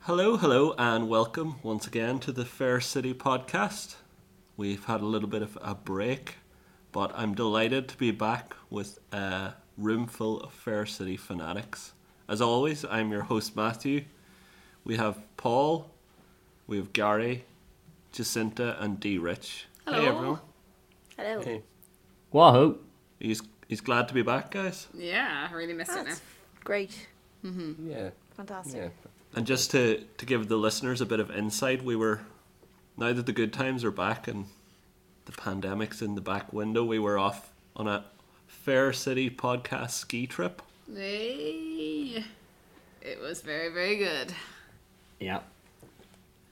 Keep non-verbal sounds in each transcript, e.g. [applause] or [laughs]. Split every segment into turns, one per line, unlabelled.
hello, and welcome once again to the Fair City podcast. We've had a little bit of a break, but I'm delighted to be back with a room full of Fair City fanatics. As always, I'm your host, Matthew. We have Paul, we have Gary, Jacinta, and D Rich. Hey,
Hello.
everyone.
Hello.
Hey.
Wahoo!
He's, he's glad to be back, guys.
Yeah, I really missed it now.
That's great. Mm-hmm.
Yeah,
Fantastic.
yeah.
And just to, to give the listeners a bit of insight, we were, now that the good times are back and the pandemic's in the back window, we were off on a Fair City podcast ski trip.
Hey. It was very, very good.
Yeah.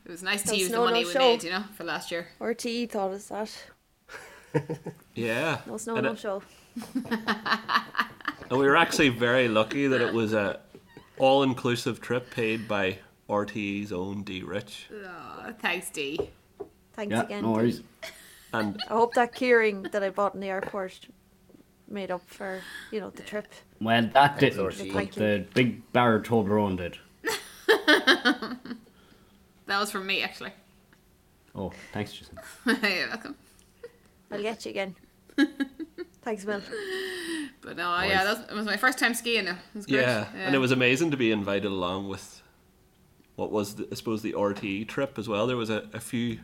It was nice to
No
use the
snow,
money
no
we
show.
made, you know, for last year.
RTE E thought us that.
Yeah.
No snow,
and,
no
it-
show.
and we were actually very lucky that it was a all inclusive trip paid by RTE's own D Rich.
Oh, thanks, D.
Thanks
Yeah,
again.
no worries.
And
I hope that keyring that I bought in the airport made up for, you know, the trip.
Well, that didn't,
Lordy.
but the big barrel Toblerone did.
That was from me, actually. [laughs]
Oh, thanks, Jason.
You're welcome.
I'll get you [laughs] again. Thanks, Mel.
But no, yeah, that was, it was my first time skiing. It was great.
yeah, and it was amazing to be invited along with what was, the, I suppose, the RTE trip as well. There was a, a few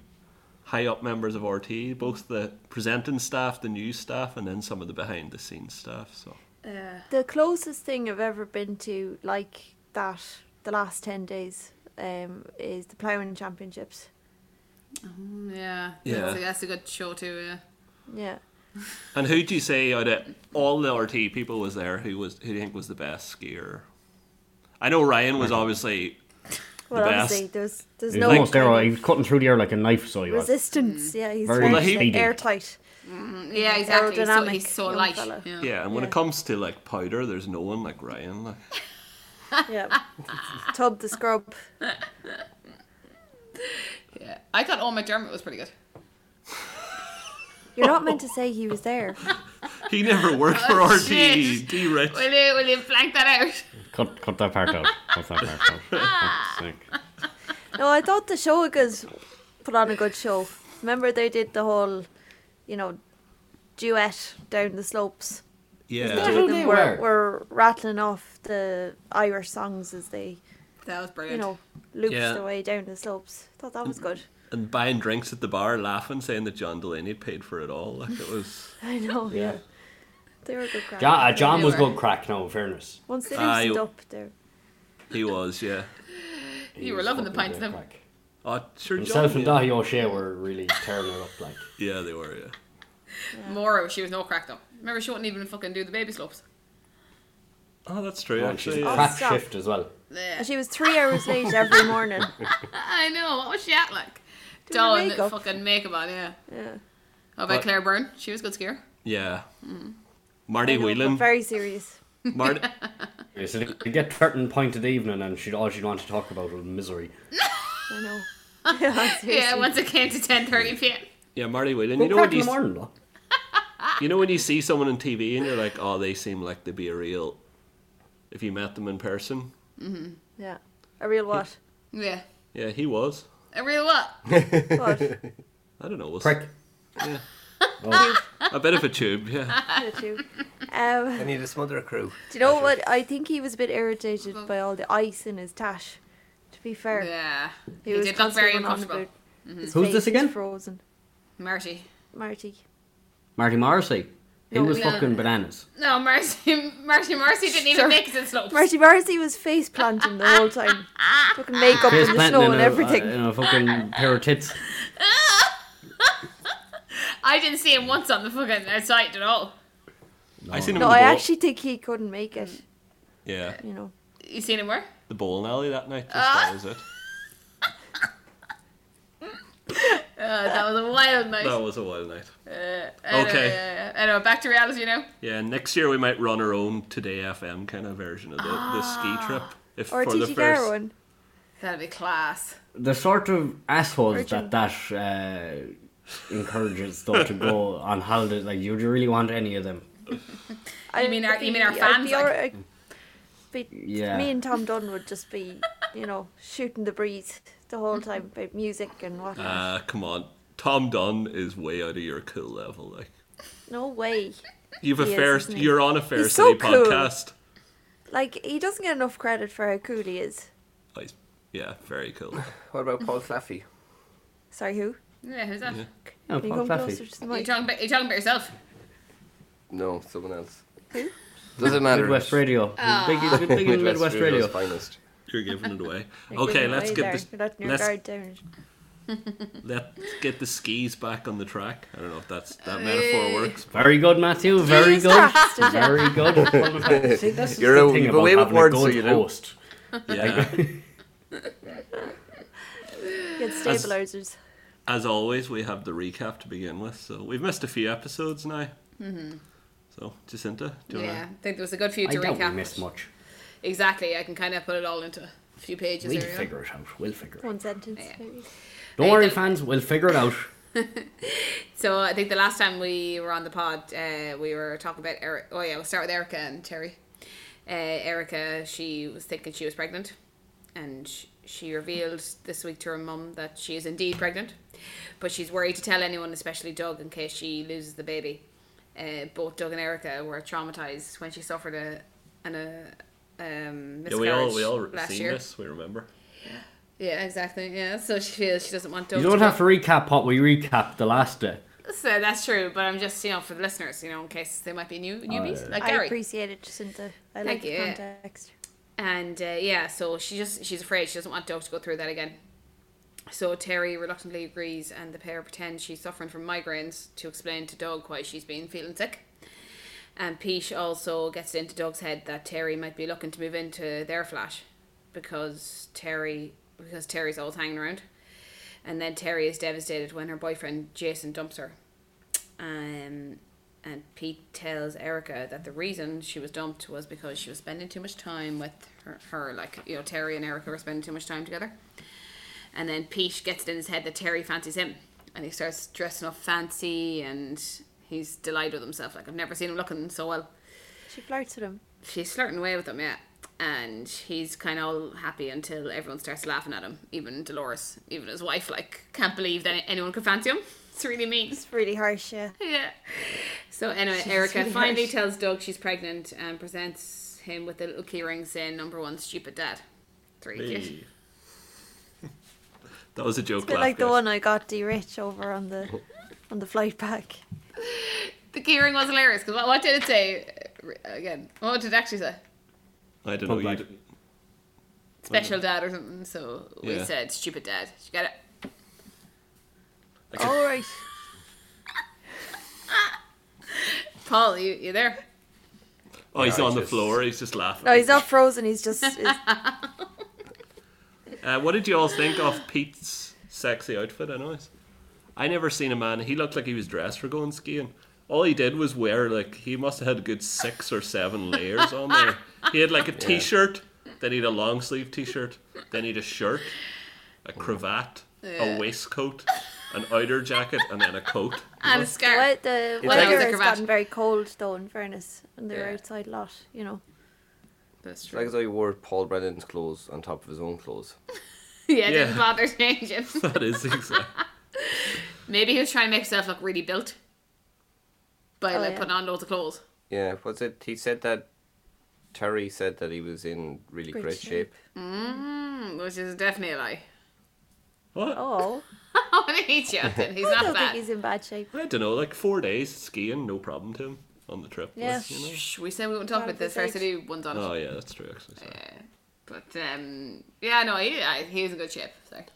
high up members of RTE, both the presenting staff, the news staff, and then some of the behind the scenes staff. So
Yeah.
The closest thing I've ever been to like that the last 10 days um, is the Ploughing Championships.
Yeah.
Yeah.
That's, a, that's a good show, uh, too. Yeah.
Yeah.
And who do you say out of all the RTE people was there? Who was who do you think was the best skier? I know Ryan was obviously
Well,
The
obviously,
best.
there's there's
He was
no
almost there.
kind
uh,
of
He was cutting through the air like a knife, so he was.
resistance. Yeah, he's
Very
very
speedy.
airtight.
Yeah, exactly. He's so,
Aerodynamic
he's so
young
light.
fella.
Yeah.
yeah. And when
Yeah.
it comes to like powder, there's no one like Ryan. Like
Yeah.
[laughs]
Tub the scrub.
Yeah. I thought Owen McDermott was pretty good.
You're not meant to say he was there.
he never
[laughs]
worked for
Oh,
RTE.
shit.
D Rich.
Will you, will you blank that out? [laughs]
Cut, cut that part out. Cut that part out. Fuck's sake.
No, I thought the Shoegas put on a good show. Remember they did the whole, you know, duet down the slopes.
Yeah.
Two of them were, were rattling off the Irish songs as they,
That was
you
brilliant.
know, looped
Yeah.
their way down the slopes. Thought that was good. [laughs]
And buying drinks at the bar, laughing, saying that John Delaney paid for it all. Like it was.
I know. Yeah.
Yeah.
They were good crack.
John, uh, John
They
was
were.
good crack now, in fairness.
Once they
Aye.
loosened up, they're
He was, yeah.
He
You were
was
loving the
fucking
pints
good
then.
crack.
Oh, sure,
Himself
John,
and
yeah.
Dahi O'Shea were really tearing it up, like.
yeah, they were, yeah.
Morrow, she was no crack, though. Remember, she wouldn't even fucking do the baby slopes.
Oh, that's true,
And she's
actually.
a
yeah.
crack.
crap
stop.
shift as well.
Yeah.
And she was three hours late every [laughs] morning.
I know. What was she at like?
Doing her
Doing
makeup.
fucking makeup on, yeah.
Yeah.
How about
But-
Claire Byrne? She was a good skier.
Yeah. Marty
I know, but
Whelan.
Very serious.
Marty.
Yeah, so they get to a certain point of the evening, and she'd all she'd want to talk about was misery.
I know. [laughs] yeah, seriously.
Yeah, once it came to ten thirty p.m.
Yeah, Marty Whelan.
Good
You know
crack
when
in
you,
the morning, though.
you know when you see someone on TV and you're like, oh, they seem like they'd be a real. If you met them in person,
Yeah. A real [laughs] what?
Yeah.
yeah, he was.
A real what?
What?
I don't know. Was
Prick.
Yeah.
Oh,
a bit of a tube. Yeah.
Did
[laughs]
you? Um,
I need a smother crew.
Do you know what? I think he was a bit irritated by all the ice in his tash. To be fair,
Yeah.
he,
He
was
did look very
constantly on
uncomfortable. Mm-hmm.
about his
Who's
face
this
was
again?
Frozen,
Marty.
Marty.
Marty Morrissey. He
No,
was
no.
fucking bananas.
No, Marcy. [laughs] Marty Marcy didn't even
Sure.
make it to the slopes.
Marty Morrissey was face planting the whole
[laughs]
time, fucking makeup
Face
in the
planting
snow
in
and
a, uh,
everything.
in a fucking pair of tits.
I didn't see him once on the fucking outside at all.
I seen him
no,
in the
I
bowl.
actually think he couldn't make it.
Mm.
Yeah,
You know,
You seen him where?
the bowling alley that night. Just
Ah.
that was it.
Uh, that was a wild night.
That was a wild night.
Anyway,
okay.
Uh, anyway, back to reality now.
Yeah, next year we might run our own Today FM kind of version of the, the ski trip. If
Ah. or
for the
T.G.
first.
Garwin.
That'd be class.
The sort of assholes
Virgin.
that that uh, encourages though to go on holiday. Like, you really want any of them?
I
mean our- you mean our
I'd
fans,
Be,
like?
alright- I'd be-
Yeah.
Me and Tom Dunn would just be you know, shooting the breeze the whole
Mm-hmm.
time about music and whatnot.
Uh.
Ah, come on. Tom Dunn is way out of your cool level. Like
no way.
you've a
He is,
fair,
isn't he?
you're on a fair
He's so
city
cool.
podcast.
Like he doesn't get enough credit for how cool he is.
Oh, he's- yeah, very cool.
What about Paul Fluffy?
Sorry, who?
Yeah, who's that?
Yeah,
Can you
Paul
come closer
Fluffy.
to the
You're
mic?
talking about, you're talking about yourself.
No, someone else.
Who?
Doesn't matter.
Midwest Radio. Big, big, big in Ah. [laughs] Midwest
Radio's
Radio.
finest.
You're giving it away.
[laughs] You're
okay,
giving it
let's
away
get
there.
this.
You're letting your
let's-
guard down.
Let's get the skis back on the track. I don't know if that's that metaphor works.
Very good, Matthew. Very [laughs] good. Very good. See, that's
You're
the
a-
thing
you're
about
away with
having a
words, so
good
you know.
host.
[laughs]
Yeah.
Get stabilizers.
As always, we have the recap to begin with. So we've missed a few episodes now. Mm-hmm. So Jacinta, do you
Yeah,
wanna,
I think there was a good few
I
to
don't
recap.
miss much.
Exactly, I can kind of put it all into a few pages
We'll
there. you know?
figure it out. We'll figure it out.
One sentence.
Yeah.
maybe.
Don't
Hey,
worry,
don't-
fans. We'll figure it out.
So I think the last time we were on the pod, uh, we were talking about Eric. Oh yeah, we'll start with Erica and Terry. Uh, Erica, she was thinking she was pregnant, and sh- she revealed this week to her mum that she is indeed pregnant, but she's worried to tell anyone, especially Doug, in case she loses the baby. Uh, both Doug and Erica were traumatized when she suffered a an a um,
yeah, we all we all
miscarriage last
seen
year.
this. We remember.
Yeah, exactly. Yeah, so she feels she doesn't want Doug.
You
to
don't
go-
have to recap what we recapped the last day.
So that's true, but I'm just you know for the listeners, you know, in case they might be new newbies like
I
Uh, Gary.
appreciate it, Jacinta. I
Thank
like the
you.
context.
and uh, yeah, so she just she's afraid she doesn't want Doug to go through that again. So Terry reluctantly agrees, and the pair pretend she's suffering from migraines to explain to Doug why she's been feeling sick. And Pete also gets it into Doug's head that Terry might be looking to move into their flat because Terry because Terry's always hanging around. And then Terry is devastated when her boyfriend Jason dumps her. Um, and Pete tells Erica that the reason she was dumped was because she was spending too much time with her, her like you know Terry and Erica were spending too much time together. And then Pete gets it in his head that Terry fancies him, and he starts dressing up fancy, and he's delighted with himself. Like I've never seen him looking so well
She flirts with him.
she's flirting away with him, yeah. And he's kind of all happy until everyone starts laughing at him. Even Dolores, even his wife, like, can't believe that anyone could fancy him. [laughs] It's really mean.
It's really harsh, yeah.
Yeah. [laughs] So anyway,
Jesus,
Erica
really
finally
harsh.
tells Doug she's pregnant and presents him with a little key ring saying, number one, stupid dad. Three kid.
Hey. [laughs] that was a joke.
It's a bit
laugh,
like the
guys.
one I got D Rich over on the on the flight back.
The key ring was hilarious because what, what did it say? Uh, Again, what did it actually say?
I don't know.
Pub
You
light.
d-
Special dad or something. So we
Mm. Yeah.
said, stupid dad. Did You get it?
All right.
Paul, you, you there?
oh, he's
Yeah, I
on the
just-
floor. He's just laughing.
No, Oh, he's not frozen. He's just he's,
Uh, what did you all think of Pete's sexy outfit? I know. I never seen a man. He looked like he was dressed for going skiing. All he did was wear like he must have had a good six or seven
[laughs]
layers on there. He had like a t-shirt, then he had a long sleeve t-shirt, then he had a shirt, a cravat,
Yeah.
a waistcoat, an outer jacket, and then a coat.
And a scarf.
What the
like-
weather
Like a
has
cravat.
gotten very cold though. In fairness, and they were
Yeah.
outside a lot. You know,
That's true. [laughs]
Like as I wore Paul Brennan's clothes on top of his own clothes.
Yeah, it didn't
Yeah.
bother changing.
[laughs] That is exact.
Maybe he was trying to make himself look really built by
Oh,
like
yeah.
putting on loads of clothes.
Yeah, what's it? He said that. Terry said that he was in really
Great
great,
shape.
shape.
Mm, which is definitely a lie. [laughs]
What?
oh,
I'm gonna eat you.
[laughs]
Then. He's
I
not
don't think
bad.
he's in bad shape.
I don't know. Like four days skiing, no problem to him on the trip.
Yeah.
like, you know?
Shh, we said we wouldn't talk
Not
about
at this
this Fair
age.
City ones on
Oh
it.
yeah, that's true. Actually, sorry.
But um, yeah, no, he, I, he was in good shape. Sorry.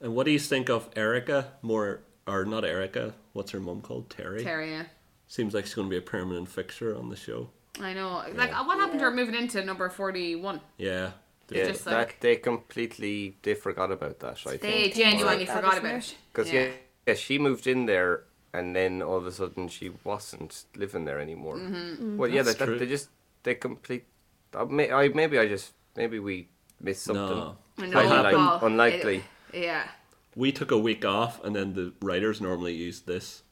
And what do you think of Erica? More or not Erica? What's her mum called? Terry.
Terry, yeah.
Seems like she's going to be a permanent fixture on the show.
I know. Like, what happened to her moving into number 41?
Yeah.
Yeah,
There's
Just
that
like-
they completely they forgot about that. I
They
think
genuinely
That
forgot
isn't
about
it.
it.
because yeah.
Yeah.
yeah, she moved in there, and then all of a sudden she wasn't living there anymore.
Mm-hmm.
Well, yeah,
That's
that,
true.
that, they just they complete. I, may, I maybe I just maybe we missed something.
No.
I know,
Highly like-
Paul. It-
unlikely.
yeah.
we took a week off, and then the writers normally use this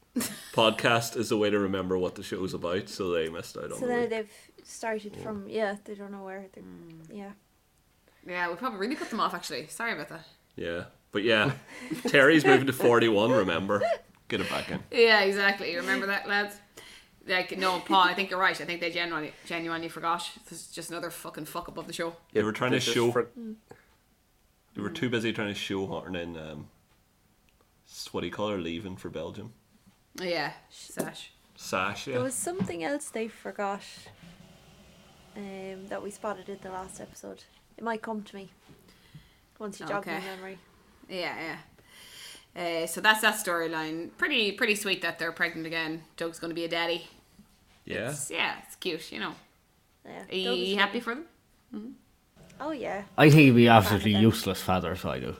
podcast as a way to remember what the show's about, so they missed out on
So
the
then
week.
Mm.
they've started from yeah. They don't know where they're. Yeah.
Yeah, we probably really put them off actually. Sorry about that.
Yeah. But yeah, Terry's moving to 41, remember? Get it back in.
Yeah, exactly. Remember that, lads? Like, no, Paul, I think you're right. I think they genuinely, genuinely forgot. This is just another fucking fuck up of the show.
They were trying to
They just
show-
for-
They were too busy trying to shoehorn in, um, s- what do you call her, leaving for Belgium?
Yeah, Sash.
Sash, yeah.
There was something else they forgot um, that we spotted in the last episode. It might come to me once you jog my
Okay.
memory.
Yeah, yeah. Uh, so that's that storyline. Pretty, pretty sweet that they're pregnant again. Doug's gonna be a daddy.
yeah.
It's- yeah, it's cute. You know.
Yeah.
Are you
Doug is
happy
ready.
for them?
Oh yeah.
I think he'd be absolutely
Father.
useless father if I do.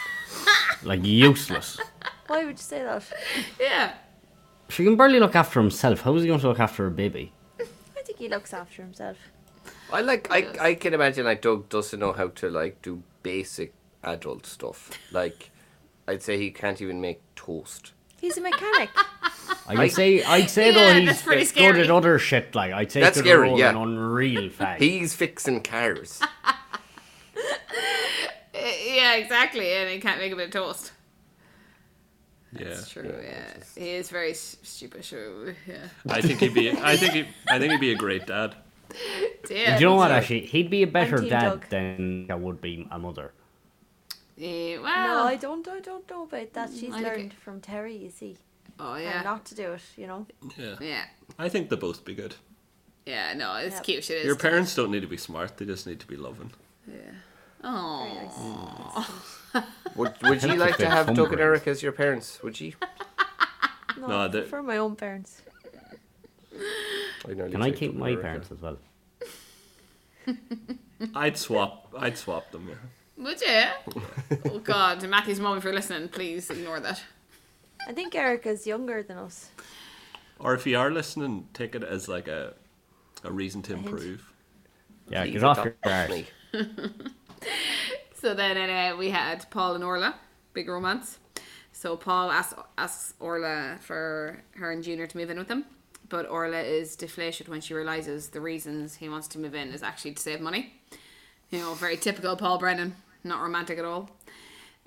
[laughs] like useless.
Why would you say that?
Yeah.
She can barely look after himself. How is he going to look after a baby?
I think he looks after himself.
I like. I, I can imagine like Doug doesn't know how to like do basic adult stuff. Like, I'd say he can't even make toast.
He's
[laughs]
a mechanic.
I'd say, I'd say
Yeah,
though
that's
he's
pretty
good
scary.
at other shit. Like I'd say
That's
he's
scary,
Role
yeah.
an
[laughs]
unreal fag.
He's fixing [laughs] cars.
Uh, yeah, exactly. And he can't make a bit of toast.
Yeah.
That's true. Yeah, he is very s- stupid. Sure. Yeah.
I think he'd be. I think. He, I think he'd be a great dad.
yeah.
do you know what? Actually, he'd be a better
team
dad
Doug.
than I would be a mother.
Uh, well.
no, I don't. I don't know about that. She's
Mm, I like
learned
it.
from Terry. You see,
oh
how
yeah.
not to do it. You know.
Yeah.
yeah.
I think they both be good.
Yeah. No, it's
Yep.
cute. It is.
Your parents don't need to be smart. They just need to be loving.
Very
Oh.
nice.
Would Would you
Help
like
with
to
the
have
thumb
Doug and
drive.
Eric as your parents? Would you?
No,
No,
I
the-
prefer my own parents.
nearly
Can I
said
keep
Doug and
my
Eric,
parents as well?
I'd swap. I'd swap them. Yeah.
Would you? [laughs] oh God, Matthew's mum, if you're listening, please ignore that.
I think Erica's younger than us.
Or if you are listening, take it as like a, a reason to improve.
Yeah,
yeah.
get off your
Adopt
arse.
me.
So then uh, we had Paul and Orla, big romance. So Paul asks, asks Orla for her and Junior to move in with him, but Orla is deflated when she realizes the reasons he wants to move in is actually to save money. You know, very typical Paul Brennan, not romantic at all.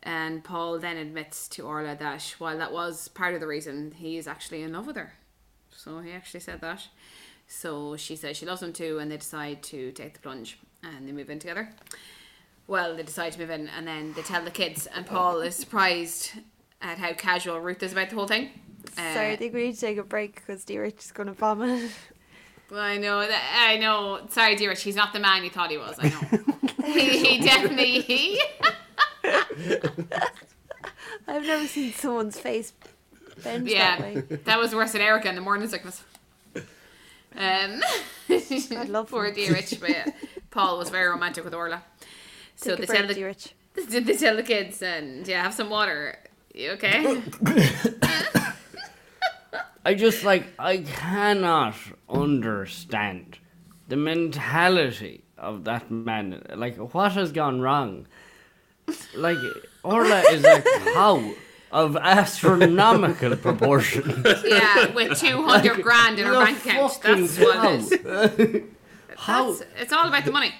And Paul then admits to Orla that while that was part of the reason, he is actually in love with her. So he actually said that. So she says she loves him too, and they decide to take the plunge and they move in together. Well, they decide to move in, and then they tell the kids, and Paul is surprised at how casual Ruth is about the whole thing. Uh,
Sorry, I think we need to take a break because D Rich is going to vomit. [laughs]
Well, I know that. I know. Sorry, dear Rich. He's not the man you thought he was. I know. he, he definitely. He,
I've never seen someone's face bend
yeah,
that way.
that was worse than Erica in the morning sickness. Um,
[laughs]
I
love
[laughs] poor
him.
dear Rich, but yeah, Paul was very romantic with Orla. So
Take
they
a break,
tell the
D Rich.
Did [laughs] they tell the kids and yeah, have some water? You okay?
[laughs] I just like I cannot understand the mentality of that man. Like what has gone wrong? Like Orla is
[laughs]
a cow of astronomical proportions.
yeah, with two hundred grand in her
You're
bank account.
fucking
That's what it is.
cow. How?
That's- it's all about the money.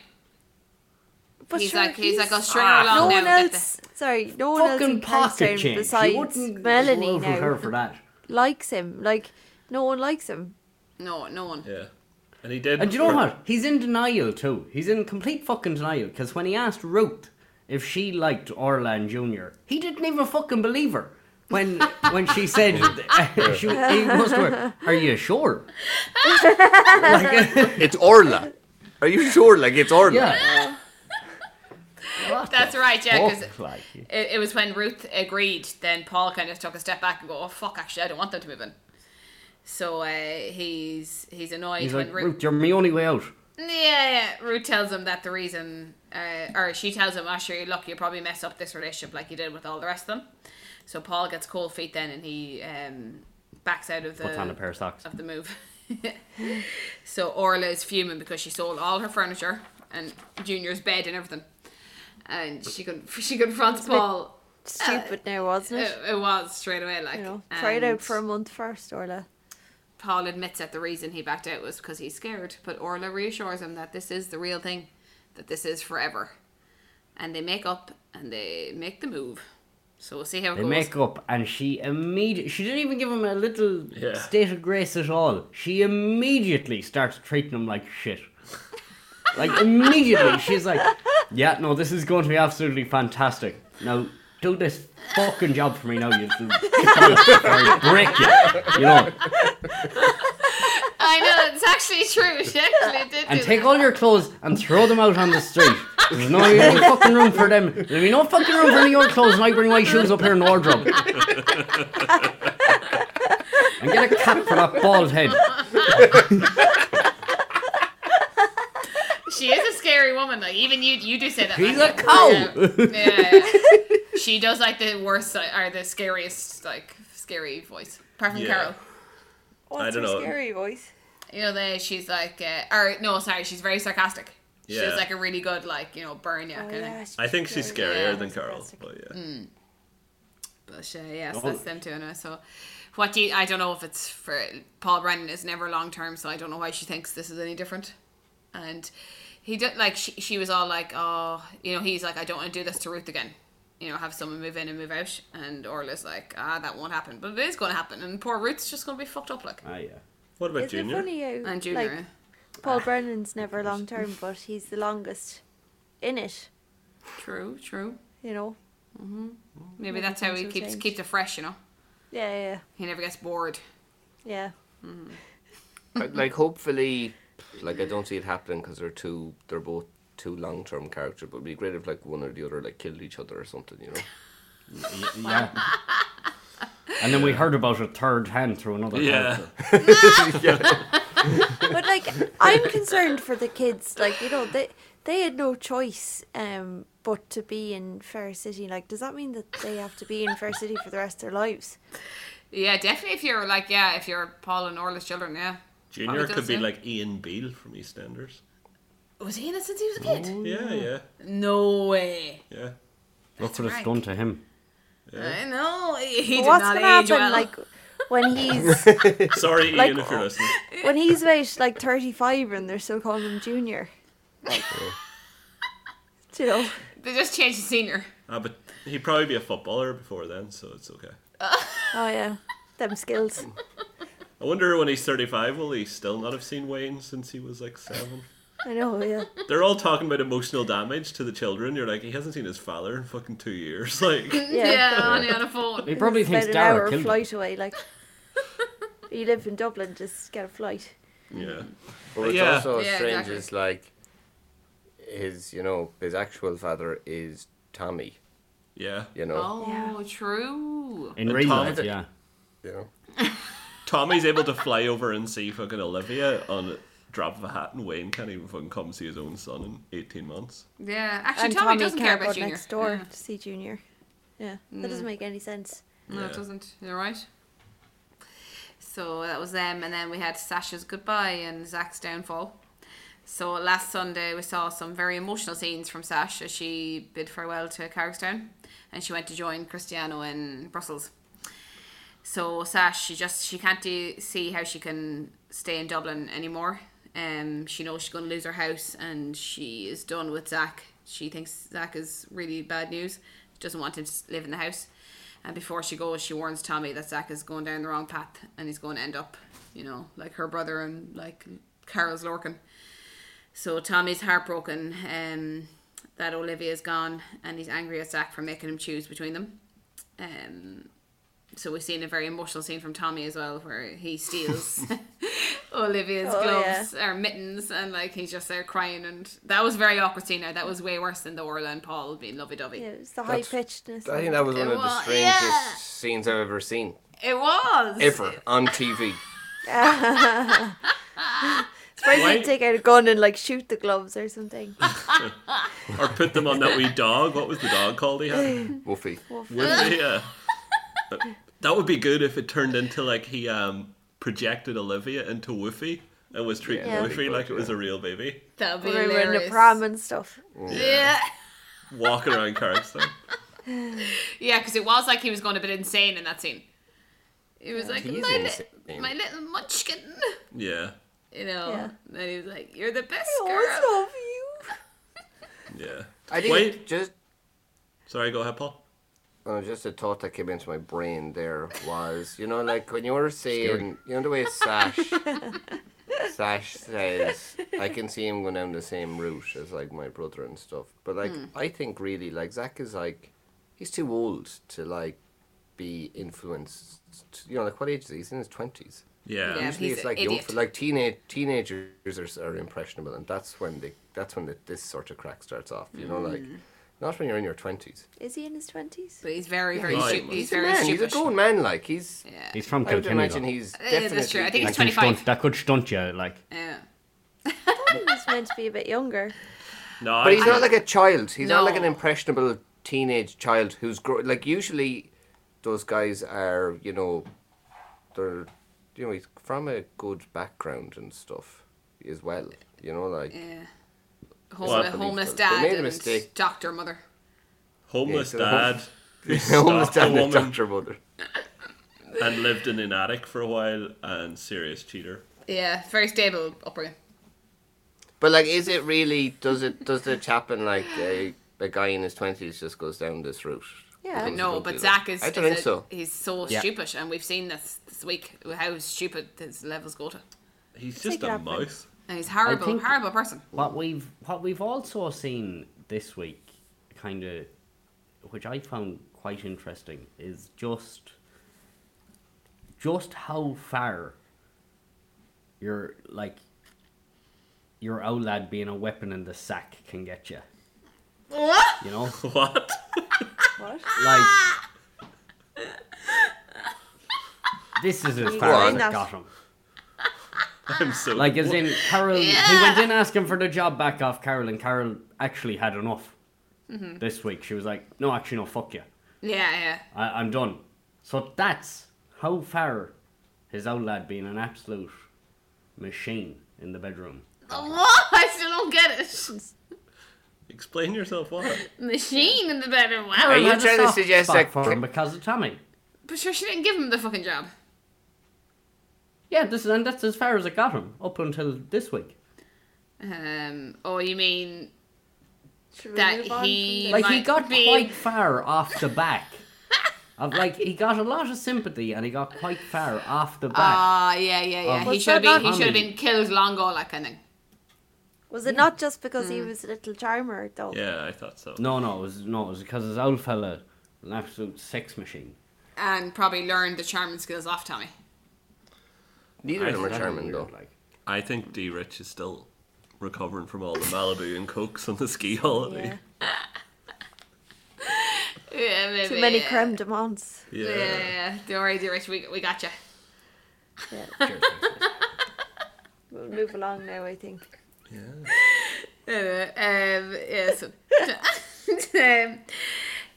But
he's
sure,
like he's, like I'll string
Ah.
her along
no
now.
one
get the-
else. Sorry, no one else in
Fucking pocket
Countdown
change. you
besides
wouldn't
Melanie
roll for her
now
for that.
likes him. Like no one likes him.
No, no one.
Yeah. And he did.
And you know what? He's in denial too. He's in complete fucking denial because when he asked Ruth if she liked Orlan Junior, he didn't even fucking believe her. When when she said [laughs] she, he was to her, "Are you sure?" like,
It's Orla. Are you sure? Like it's Orla.
yeah. What the
[laughs] That's right, yeah, 'cause-
fuck, like?
It, it was when Ruth agreed, then Paul kind of took a step back and go, "Oh fuck, actually, I don't want them to move in." So uh, he's he's annoyed
He's
when
like,
Ruth,
Ruth, you're my only way out.
yeah, yeah Ruth tells him that the reason, uh, or she tells him, "Actually, look, you probably mess up this relationship like you did with all the rest of them." So Paul gets cold feet then, and he um, backs out of the
Puts on a pair of socks.
of the move. [laughs] so Orla is fuming because she sold all her furniture and Junior's bed and everything, and she con- [laughs] she confronts
bit-
Paul.
Stupid now, wasn't it?
It, it was straight away, like
You know, try it
Oh, and
out for a month first, Orla.
Paul admits that the reason he backed out was because he's scared, but Orla reassures him that this is the real thing, that this is forever, and they make up and they make the move. So we'll see how it
They
goes.
make up, and she immediately she didn't even give him a little
Yeah.
state of grace at all. She immediately starts treating him like shit. like immediately, she's like, "Yeah, no, this is going to be absolutely fantastic. Now do this fucking job for me now, you little I'll break you, you know,
I know it's actually [laughs] true.
[laughs]
She actually did.
and
do
take
that.
all your clothes and throw them out on the street." There's no there's no fucking room for them. There'll be no fucking room for any of your clothes, and I bring my shoes up here in the wardrobe. And get a cap for that bald head.
She is a scary woman. Like even you, you do say that.
He's
Matt.
a cow.
Yeah. Yeah, yeah.
[laughs]
she does like the worst uh, or the scariest, like scary voice. Apart from
Yeah.
Carol,
What's
I don't
her
know.
scary voice?
you know, they, she's like, uh, or no, sorry, she's very sarcastic. She's
Yeah.
like a really good, like you know, burn you
Oh,
kind of
yeah,
thing.
she's
I think she's
scary.
scarier
Yeah.
than Carol. But yeah.
But uh, yeah, so
Oh.
that's them two. And so, what do you? I don't know if it's for Paul Brennan is never long term, so I don't know why she thinks this is any different. And he did like she, she was all like, oh, you know, he's like, I don't want to do this to Ruth again. You know, have someone move in and move out. And Orla's like, ah, that won't happen, but it is going to happen. And poor Ruth's just going to be fucked up like.
Ah, yeah.
What about
Isn't
Junior?
it funny how
And Junior,
Mm.
uh,
like Paul Brennan's never long term, but he's the longest in it.
true, true.
You know.
Maybe
Maybe
that's how he
things will
keeps
change.
keeps it fresh. You know,
Yeah, yeah,
he never gets bored.
yeah.
Uh, like hopefully like i don't see it happening because they're too they're both too long-term characters but it'd be great if like one or the other like killed each other or something you know
Yeah. And then we heard about a third hand through another
Yeah.
character.
But like, I'm concerned for the kids. Like, you know, they they had no choice um but to be in Fair City. Like, does that mean that they have to be in Fair City for the rest of their lives?
Yeah, definitely. If you're like, yeah, if you're Paul and Orla's children, yeah.
Junior
Probably
could be
doesn't.
like Ian Beale from EastEnders.
Was he in it since he was a kid?
Yeah, yeah,
No way.
yeah.
Look what
right.
it's done to him.
I know. He [laughs] he did
What's
not
gonna
age
happen?
well.
Like, when
[laughs]
he's
Sorry, Ian,
Like-
if you're listening.
when he's about like 35 and they're still calling him Junior. Like, you know.
they just changed the senior.
Ah, but he'd probably be a footballer before then, so it's okay.
Oh yeah, them skills.
I wonder when he's 35, will he still not have seen Wayne since he was like
[laughs]
seven?
I know. Yeah.
They're all talking about emotional damage to the children. You're like, he hasn't seen his father in fucking two years. [laughs] Like,
Yeah,
Yeah.
only on a phone.
He probably
It's
thinks
about an
Dara
hour
killed him.
flight away. Like, you live in Dublin, just get a flight.
yeah.
but what's
Yeah.
also
Yeah,
strange
exactly.
is like his you know his actual father is tommy
Yeah.
you know
Oh, true.
In real
Tom-
life, yeah.
you know
Tommy's able to fly over and see fucking Olivia on a drop of a hat, and Wayne can't even fucking come see his own son in 18 months.
Yeah, actually,
and
Tommy,
Tommy
doesn't
can't
care about
go
Junior.
next door
Yeah. Mm.
to see Junior. Yeah, that doesn't make any sense.
No,
Yeah.
it doesn't. You're right. So that was them, and then we had Sasha's goodbye and Zach's downfall. So last Sunday we saw some very emotional scenes from Sash as she bid farewell to Carrickstown, and she went to join Cristiano in Brussels. So Sash, she just she can't do, see how she can stay in Dublin anymore. Um, she knows she's going to lose her house, and she is done with Zach. She thinks Zach is really bad news. Doesn't want him to s- live in the house. And before she goes, she warns Tommy that Zach is going down the wrong path, and he's going to end up, you know, like her brother and like Carol's Lorcan. So Tommy's heartbroken um, that Olivia's gone, and he's angry at Zach for making him choose between them. Um, so we've seen a very emotional scene from Tommy as well, where
[laughs]
he steals Olivia's
Oh,
gloves or mittens, and like he's just there crying, and that was a very awkward scene. Now that was way worse than the Orla and Paul being lovey-dovey.
Yeah, it's the high
That's-
pitchedness.
i think that was one of
Well,
the strangest
yeah.
scenes i've ever seen
It was
ever on tv
Why
Why-
did take out a gun and like shoot the gloves or
[laughs]
something?
Or put them on that wee dog. What was the dog called he had?
[laughs]
Woofy.
Would yeah. That would be good if it turned into like he um projected Olivia into Woofy and was treating
Yeah.
Woofy like it was a real baby.
That would be
We were in
hilarious.
the prom and stuff.
Yeah,
Walking around Carrickstown.
yeah, because it was like he was going a bit insane in that scene. It was like
He's
my, li-
insane.
my little munchkin,
Yeah.
you know.
Yeah.
And he was like, "You're the best
Oh,
girl."
it's not for you.
Yeah.
I think
Wait.
it just
Sorry, go ahead, Paul.
uh, just a thought that came into my brain there was, you know, like when you were saying, you know, the way Sash
[laughs]
Sash says, I can see him going down the same route as like my brother and stuff. But like,
Hmm.
I think really, like Zach is like, he's too old to like be influenced. You know, like what age is he? He's in his twenties.
Yeah.
Yeah.
Usually
he's
it's
an
like young,
idiot.
for, like teenage teenagers are, are impressionable, and that's when they that's when the, this sort of crack starts off. You know, like
Hmm.
not when you're in your twenties.
Is he in his twenties?
[laughs] But he's very, very
he's-
stupid. He's
he's
very
Man, he's a
stupid.
grown man. Like he's.
yeah.
He's from
I would
Kilkenny.
imagine
though.
he's
Uh,
definitely.
that's true. I think
That
he's
like,
could stunt-
25.
That could stunt you, like.
yeah.
He's meant to be a bit younger.
No, I,
but he's not like a child. He's not like an
No.
impressionable teenage child who's grow. Like usually, those guys are you know, they're you know he's from a good background and stuff as well. You know, like [laughs]
Yeah.
Well,
Homeless, homeless
they made a
dad and
mistake.
doctor mother.
homeless
Yeah, so-
dad
[laughs]
who
almost
stopped a
down the
woman
doctor mother.
and lived in an attic for a while and serious cheater.
Yeah, very stable upbringing.
But like, is it really? Does it? Does it happen like a, a guy in his twenties just goes down this route?
Yeah.
Becomes a
No,
drug
but
dealer?
Zach is.
I don't
is
think
a-
so.
He's so
Yeah.
stupid, and we've seen this this week how stupid his levels go to,
He's just
like
a
that,
mouse. [laughs]
and he's horrible,
think-
horrible person.
What we've what we've also seen this week, kind of, which I found quite interesting, is just just how far your like your outlad being a weapon in the sack can get you. You know,
What?
What?
like this is as
You
far as
find
it
that-
got him.
I'm so
Like as in Carol, he went in asking for the job back off Carol, and Carol actually had enough.
Mm-hmm.
This week she was like, "No, actually, no, fuck you,
Yeah, yeah. [laughs]
I, I'm done." So that's how far his old lad being an absolute machine in the bedroom.
What? I still don't get it.
Explain yourself what?
Machine in the bedroom.
Are
Wow.
you
Had a
trying to
soft
suggest
spot
that-
for him because of Tommy?
But sure, she didn't give him the fucking job.
Yeah, this is and that's as far as it got him up until this week.
Um. Oh, you mean
Should we
That
move on
he-
from
like he
might
got
be-
quite far off
[laughs]
the back. Of like he got a lot of sympathy and he got quite far off the back.
Ah, yeah, yeah,
Um,
yeah.
Oh.
he
Was
should have
that
been.
not-
He should have been killed long ago, like kind of thing.
the- Was it not just because
Mm.
he was a little charmer though?
Yeah, I thought so.
No, no, it was no, it was because his old fella, an absolute sex machine.
and probably learned the charming skills off Tommy.
Neither of them are
That's
charming
weird,
though.
Like.
I think D Rich is still recovering from all the Malibu and Cokes on the ski holiday.
Yeah.
Yeah, maybe.
Too many
yeah.
creme de
[laughs]
monts.
Yeah.
Yeah, yeah, yeah. Don't worry, dear Rich. We, we got you.
We'll move along now, I think.
Anyway, um, yeah, so, [laughs] um,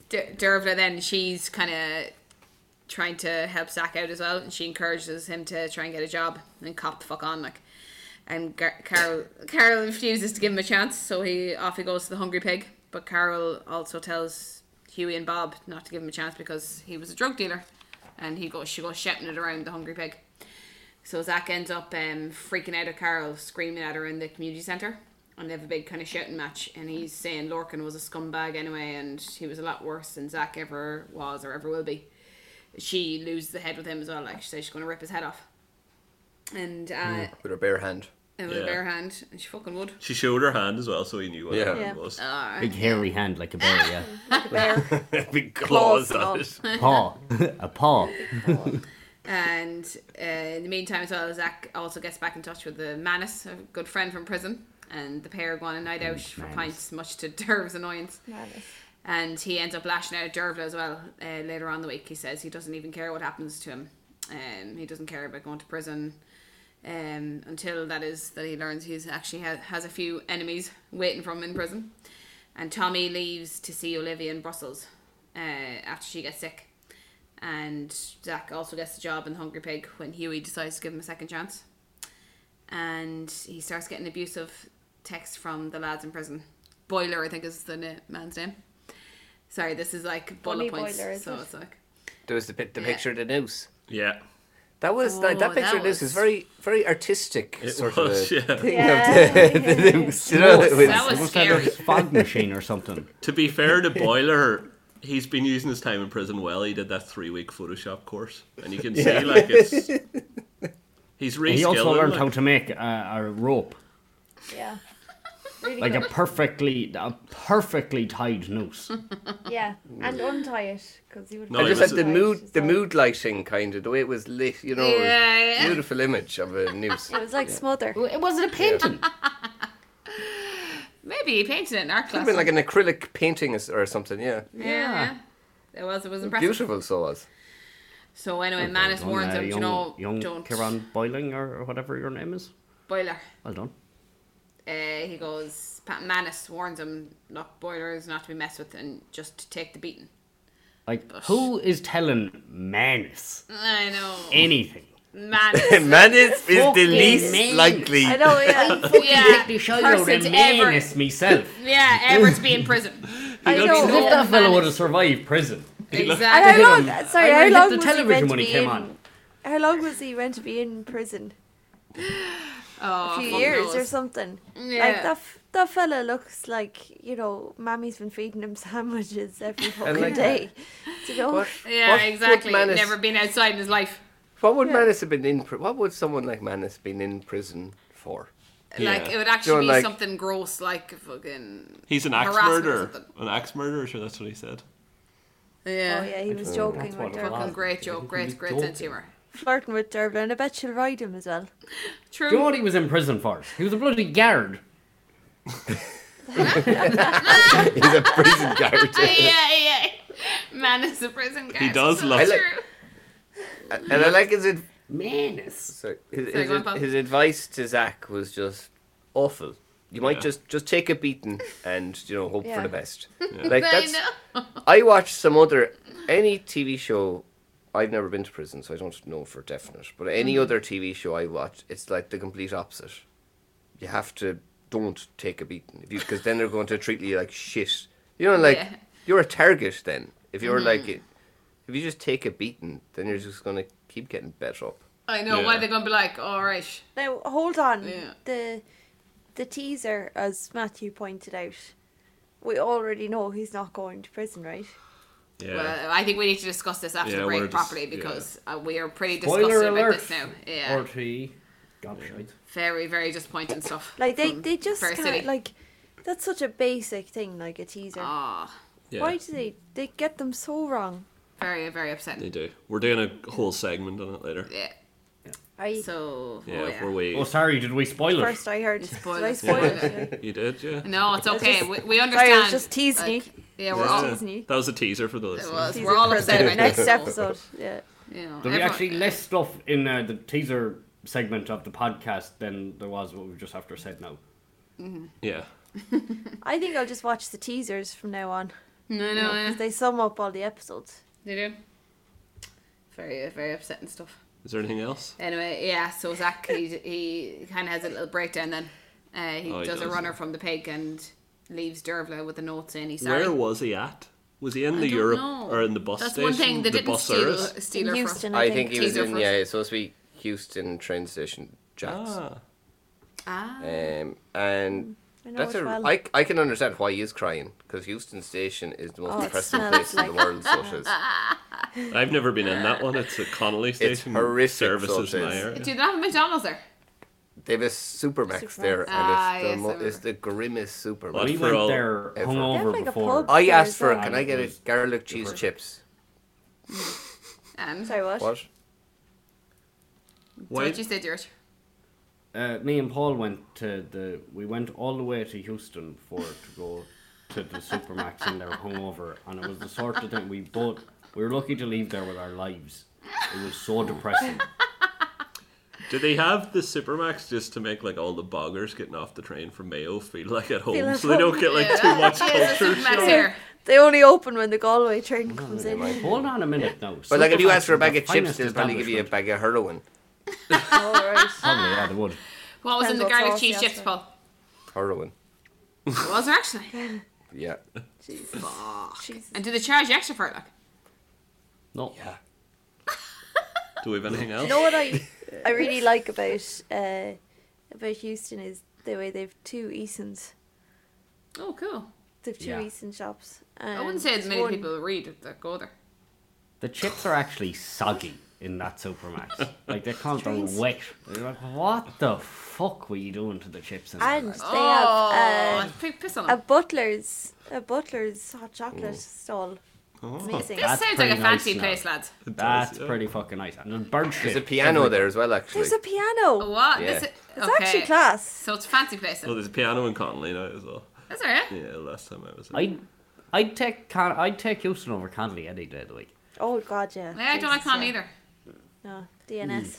D- Dervla then, she's kind of trying to help Zach out as well, and she encourages him to try and get a job and cop the fuck on, like. And Gar- Carol Carol refuses to give him a chance, so he off he goes to the Hungry Pig. But Carol also tells Huey and Bob not to give him a chance because he was a drug dealer, and he goes she goes shouting it around the Hungry Pig. So Zach ends up um, freaking out at Carol, screaming at her in the community centre. And they have a big kind of shouting match. And he's saying Lorcan was a scumbag anyway, and he was a lot worse than Zach ever was or ever will be. She loses the head with him as well. Like she says, she's going to rip his head off. And uh,
With a bare hand.
and with
Yeah.
a bare hand, and she fucking would.
She showed her hand as well, so he knew what
Yeah.
her hand
Yeah.
was.
Big hairy hand like a bear, yeah.
[laughs]
The bear.
Big claws on
Claws
it.
paw, [laughs] a paw.
And uh, in the meantime, as well, Zach also gets back in touch with the Manus, a good friend from prison. And the pair go on a night out for
Manus.
pints, much to [laughs] Derv's annoyance. And he ends up lashing out at Dervla as well uh, later on in the week. He says he doesn't even care what happens to him. Um, he doesn't care about going to prison um, until that is that he learns he's actually ha- has a few enemies waiting for him in prison. And Tommy leaves to see Olivia in Brussels uh, after she gets sick. And Zach also gets the job in the Hungry Pig when Huey decides to give him a second chance. And he starts getting abusive texts from the lads in prison. Boiler, I think, is the na- man's name. Sorry, this is like
Bunny
bullet points.
Boiler, is
so
it?
it's like
There was the, pic- the
Yeah.
picture of the noose.
Yeah.
That was like that
Oh,
picture.
that
of this is
was-
very, very artistic
It
sort
was,
of a
yeah.
thing
Yeah.
of the, the things, you know, that was-
That was
Must have
scary.
a fog machine or
[laughs]
something.
To be fair to Boiler, he's been using his time in prison well. He did that three week Photoshop course, and you can see like it's he's reskilling.
He also learned
like,
how to make a, a rope,
[laughs]
Yeah. Really
like a
good.
perfectly a perfectly tied
[laughs]
noose.
yeah, and untie it because you would.
No,
I
Oh, it
just
was-
like the mood, the mood lighting kind of the way it was lit. You know, it was
Yeah, yeah.
beautiful image of
[laughs]
a noose.
It was like smother.
It wasn't a painting.
Maybe he painted it in art
Could
class.
have been [laughs] like an acrylic painting or s- or something. Yeah,
yeah, yeah. It was. It was impressive.
beautiful. So was.
So anyway, Manus
Well done,
warns
uh,
him,
young,
you know,
young
don't
Kieran Boiling or whatever your name is.
boiler.
Well done.
Uh, he goes. Pa- Manus warns him, look, boiler is not to be messed with, and just to take the beating.
Like who is telling Manus
I know.
[laughs] anything?
Manus.
Man is, is the
Fucking
least
man.
likely.
I know. Yeah, [laughs]
yeah.
They show you
Person
the
to ever-
Manus myself.
Yeah, ever to be in prison.
I
don't
As
know.
if
know.
that fellow would have survived prison.
And
Exactly.
hit
how
him.
long? Sorry,
I
how
hit
long
the
was
television
he meant
when
to
he
be
came
in?
on.
How long was he meant to be in prison?
Oh,
A few
fuck
years or
knows.
something. Like
Yeah.
that. F- that fella looks like you know, mammy's been feeding him [laughs] sandwiches every fucking
like that.
day. Do You know,
What-
Yeah,
what would
exactly.
Manus-
Never been outside in his life.
What would Manus have been in? pri- What would someone like Manus been in prison for? [laughs]
Like
Yeah.
it would actually
You're
be
like-
something gross, like fucking.
He's an axe
harassment or
murderer.
something.
An axe murderer, sure that's what he said.
Yeah.
Oh yeah, he was joking
what
with
it was.
Dervla,
Fucking great joke, great, great sense humor.
flirting with Dervla, and I bet she'll ride him as well.
True.
Do you know what he was in prison for? He was a bloody guard.
He's a prison guard.
yeah, yeah. Man is a prison guy.
does
so
love-
I
true.
like- and I like his ad-
Manus.
sorry, his,
Sorry,
his,
go on, Bob.
his advice to Zach was just awful. You might
Yeah.
just just take a beating and you know hope for
Yeah.
[laughs]
the best. Like
I
that's
know.
I watched some other any TV show. I've never been to prison, so I don't know for definite. But any other TV show I watch, it's like the complete opposite. You have to don't take a beating if you because then they're going to treat you like shit. You know, like
Yeah.
you're a target. Then if you're like, if you just take a beating, then you're just going to keep getting bet up.
I know.
Yeah.
Why they gonna be like, "Oh, all right.
Now hold on.
Yeah.
The the teaser, as Matthew pointed out, we already know he's not going to prison, right?
Yeah.
Well, I think we need to discuss this after
Yeah,
the
we're
break
just-
properly
yeah.
because uh, we are pretty
Spoiler
disgusted about
alert.
this now. Yeah.
RT. God, shite.
Very, very disappointing stuff.
Like they,
from
they just
Fair
can't
City.
like. That's such a basic thing, like a teaser.
Ah,
yeah.
Why do they they get them so wrong?
very, very upsetting.
They do. We're doing a whole segment on it later.
Yeah.
I
So.
Yeah,
oh,
if we're
Oh,
waiting.
sorry, did we spoil it?
first I heard.
You
Did
spoiled
I
it.
spoil
Yeah.
it? Did I?
You did, yeah.
No, it's okay.
just-
we, we understand.
Sorry, I was just teasing
Like,
you.
yeah, we're
Yeah.
all.
Teasing you.
That was a teaser for the
It
listeners.
was.
Teaser
We're all
for
upset
the
about
Next
this. so,
episode. Yeah.
You know,
There'll be
everyone-
actually less stuff in uh, the teaser segment of the podcast than there was what we just after said now.
Yeah.
I think I'll just watch the teasers from now on.
No,
you know,
no,
'cause
yeah.
They sum up all the episodes.
They do. Very, very upsetting stuff.
Is there anything else?
Anyway, yeah, so Zach, he, he kind of has a little breakdown then. Uh, he
Oh, he
does, a
does.
runner from the pig and leaves Dervla with a note saying he's sorry.
Where was he at? Was he in the
I don't
Europe
know.
or in the bus
That's
station?
one thing
the
they didn't
bus
steal,
service?
steal her
In
from.
Houston,
I think he was
Teaser
in
first.
yeah, it's supposed to be Houston train station jacks.
Ah,
Ah,
Um, and
I know
that's
it
a
well.
I, I can understand why he's crying because Houston station is the most
Oh, it
depressing
smells
place in the
like- [laughs]
world. So it is.
I've never been in that one. It's a Connolly station.
horrific,
Services
so it
in my
is.
area.
do they not have a McDonald's there?
They have a Supermax
Supermax.
there, and
Ah,
it's, the
yes, I
mo- it's
remember.
the grimmest
Well,
Supermax.
We
For
went
all-
there
ever.
They have,
hungover
like, a
before.
pub.
I asked for,
Yeah,
can I get a
it's-
garlic cheese chips?
And
Sorry, what?
What?
what
Why,
did Um, you say, George?
Uh, me and Paul went to the. We went all the way to Houston for to go to the supermax and they were hungover, and it was the sort of thing we both. We were lucky to leave there with our lives. It was so depressing.
do they have the Supermax just to make like all the boggers getting off the train from Mayo feel like at home
at
so they don't
home.
get like
Yeah,
too much
Yes,
culture
Supermax
shock?
here.
They only open when the Galway train
Mm,
comes in.
Hold on a minute now.
But like, if you ask for a
Supermax
bag
is
of
the
chips,
finest
they'll probably give you a
establishment.
bag of heroin.
All
[laughs]
right.
Probably, yeah, they would.
What was
Depends
in the
what
garlic
sauce you
cheese
ask
chips,
for.
Paul?
Heroin.
was there actually?
[laughs]
Yeah.
Jesus. Jesus.
And do they charge you extra for it? Like?
No.
Yeah.
Do we have anything else?
You know what I I really like about uh, about Houston is the way they've two Easons.
Oh, cool.
They've two
Yeah.
Eason shops.
I wouldn't
and
say as many
Um, one-
people read it that go there.
The chips are actually soggy in that supermax. like they call them
Strange.
wet. They're like, what the fuck were you doing to the chips? In there?
And they uh,
oh,
have
pi- piss on
uh, a
them.
butler's a butler's hot chocolate stall.
Oh,
Amazing.
This
That's
sounds like a
pretty nice
fancy
now.
place, lads.
That's
yeah.
pretty fucking nice. And there's bird shit.
There's a piano there as well, actually.
There's a piano.
What?
Yeah.
This is,
It's
Oh, okay.
actually class.
So it's a fancy place.
oh,
Then.
there's a piano in Connolly now as well.
That's all right.
Yeah, last time I was in.
I'd, I'd take Con- I'd take Houston over Connolly any day of the week.
Oh god, yeah.
Yeah, I don't like
Jesus,
Con
yeah.
either.
No, DNS.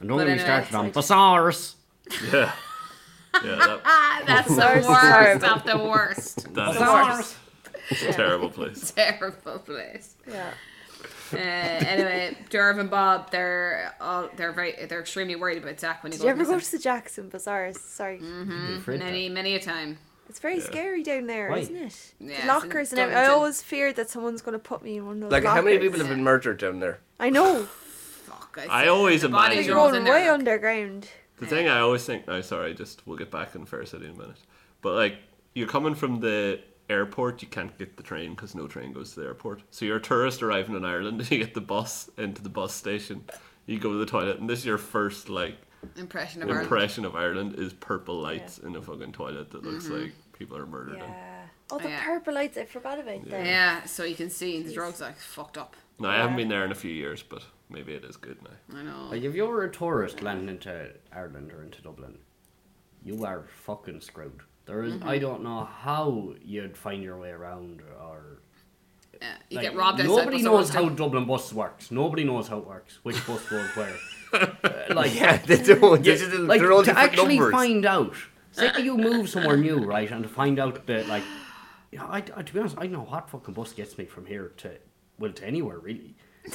And don't get
But
me
anyway,
started on
it's
bazaars.
Yeah. Yeah, that,
Ah, that's the
Sorry,
worst
sorry.
of the worst.
that
Bazaars.
is a terrible place.
[laughs] Terrible place.
Mm.
Yeah.
Uh, anyway, Derv and Bob, they're all they're very they're extremely worried about Zach when he
Did you ever
goes.
go
missing.
to the Jackson Bazaars? Sorry.
Mm-hmm. Hmm,
Be afraid that.
Many many a time.
It's very scary down there,
Why?
not it?
Yeah, it's
the
a
lockers and everything. I
dungeon.
always fear that someone's going to put me in one of those
Like,
lockers.
how many people have been murdered down there?
I know.
Fuck. I,
I
said
always
the body
imagine-
They're
rolls
going
in there,
way
like-
underground.
The thing I always think, no, sorry, just we'll get back in Fair City in a minute. But like, you're coming from the airport, you can't get the train because no train goes to the airport. So you're a tourist arriving in Ireland, [laughs] you get the bus into the bus station, you go to the toilet, and this is your first like
impression of Ireland.
impression of Ireland is purple lights in a fucking toilet that looks like people are murdered in.
Mm-hmm. Yeah. Oh, the
Yeah.
purple lights. I forgot about them.
Yeah, so you can see the drugs like fucked up.
Now I haven't been there in a few years, but maybe it is good now.
I know.
Like if you're a tourist landing into Ireland or into Dublin, you are fucking screwed. There is-
Mm-hmm.
I don't know how you'd find your way around or
Yeah, you
like,
get robbed outside.
Nobody
Buzzard
knows
Road.
how Dublin bus works. Nobody knows how it works. Which bus goes
[laughs]
where. Uh, like
[laughs] Yeah, they don't. They
yeah,
just,
like
they're all
to
different
actually
numbers.
find out. Say you move somewhere new, right, and to find out that like, you know, I, I to be honest, I don't know what fucking bus gets me from here to well to anywhere really.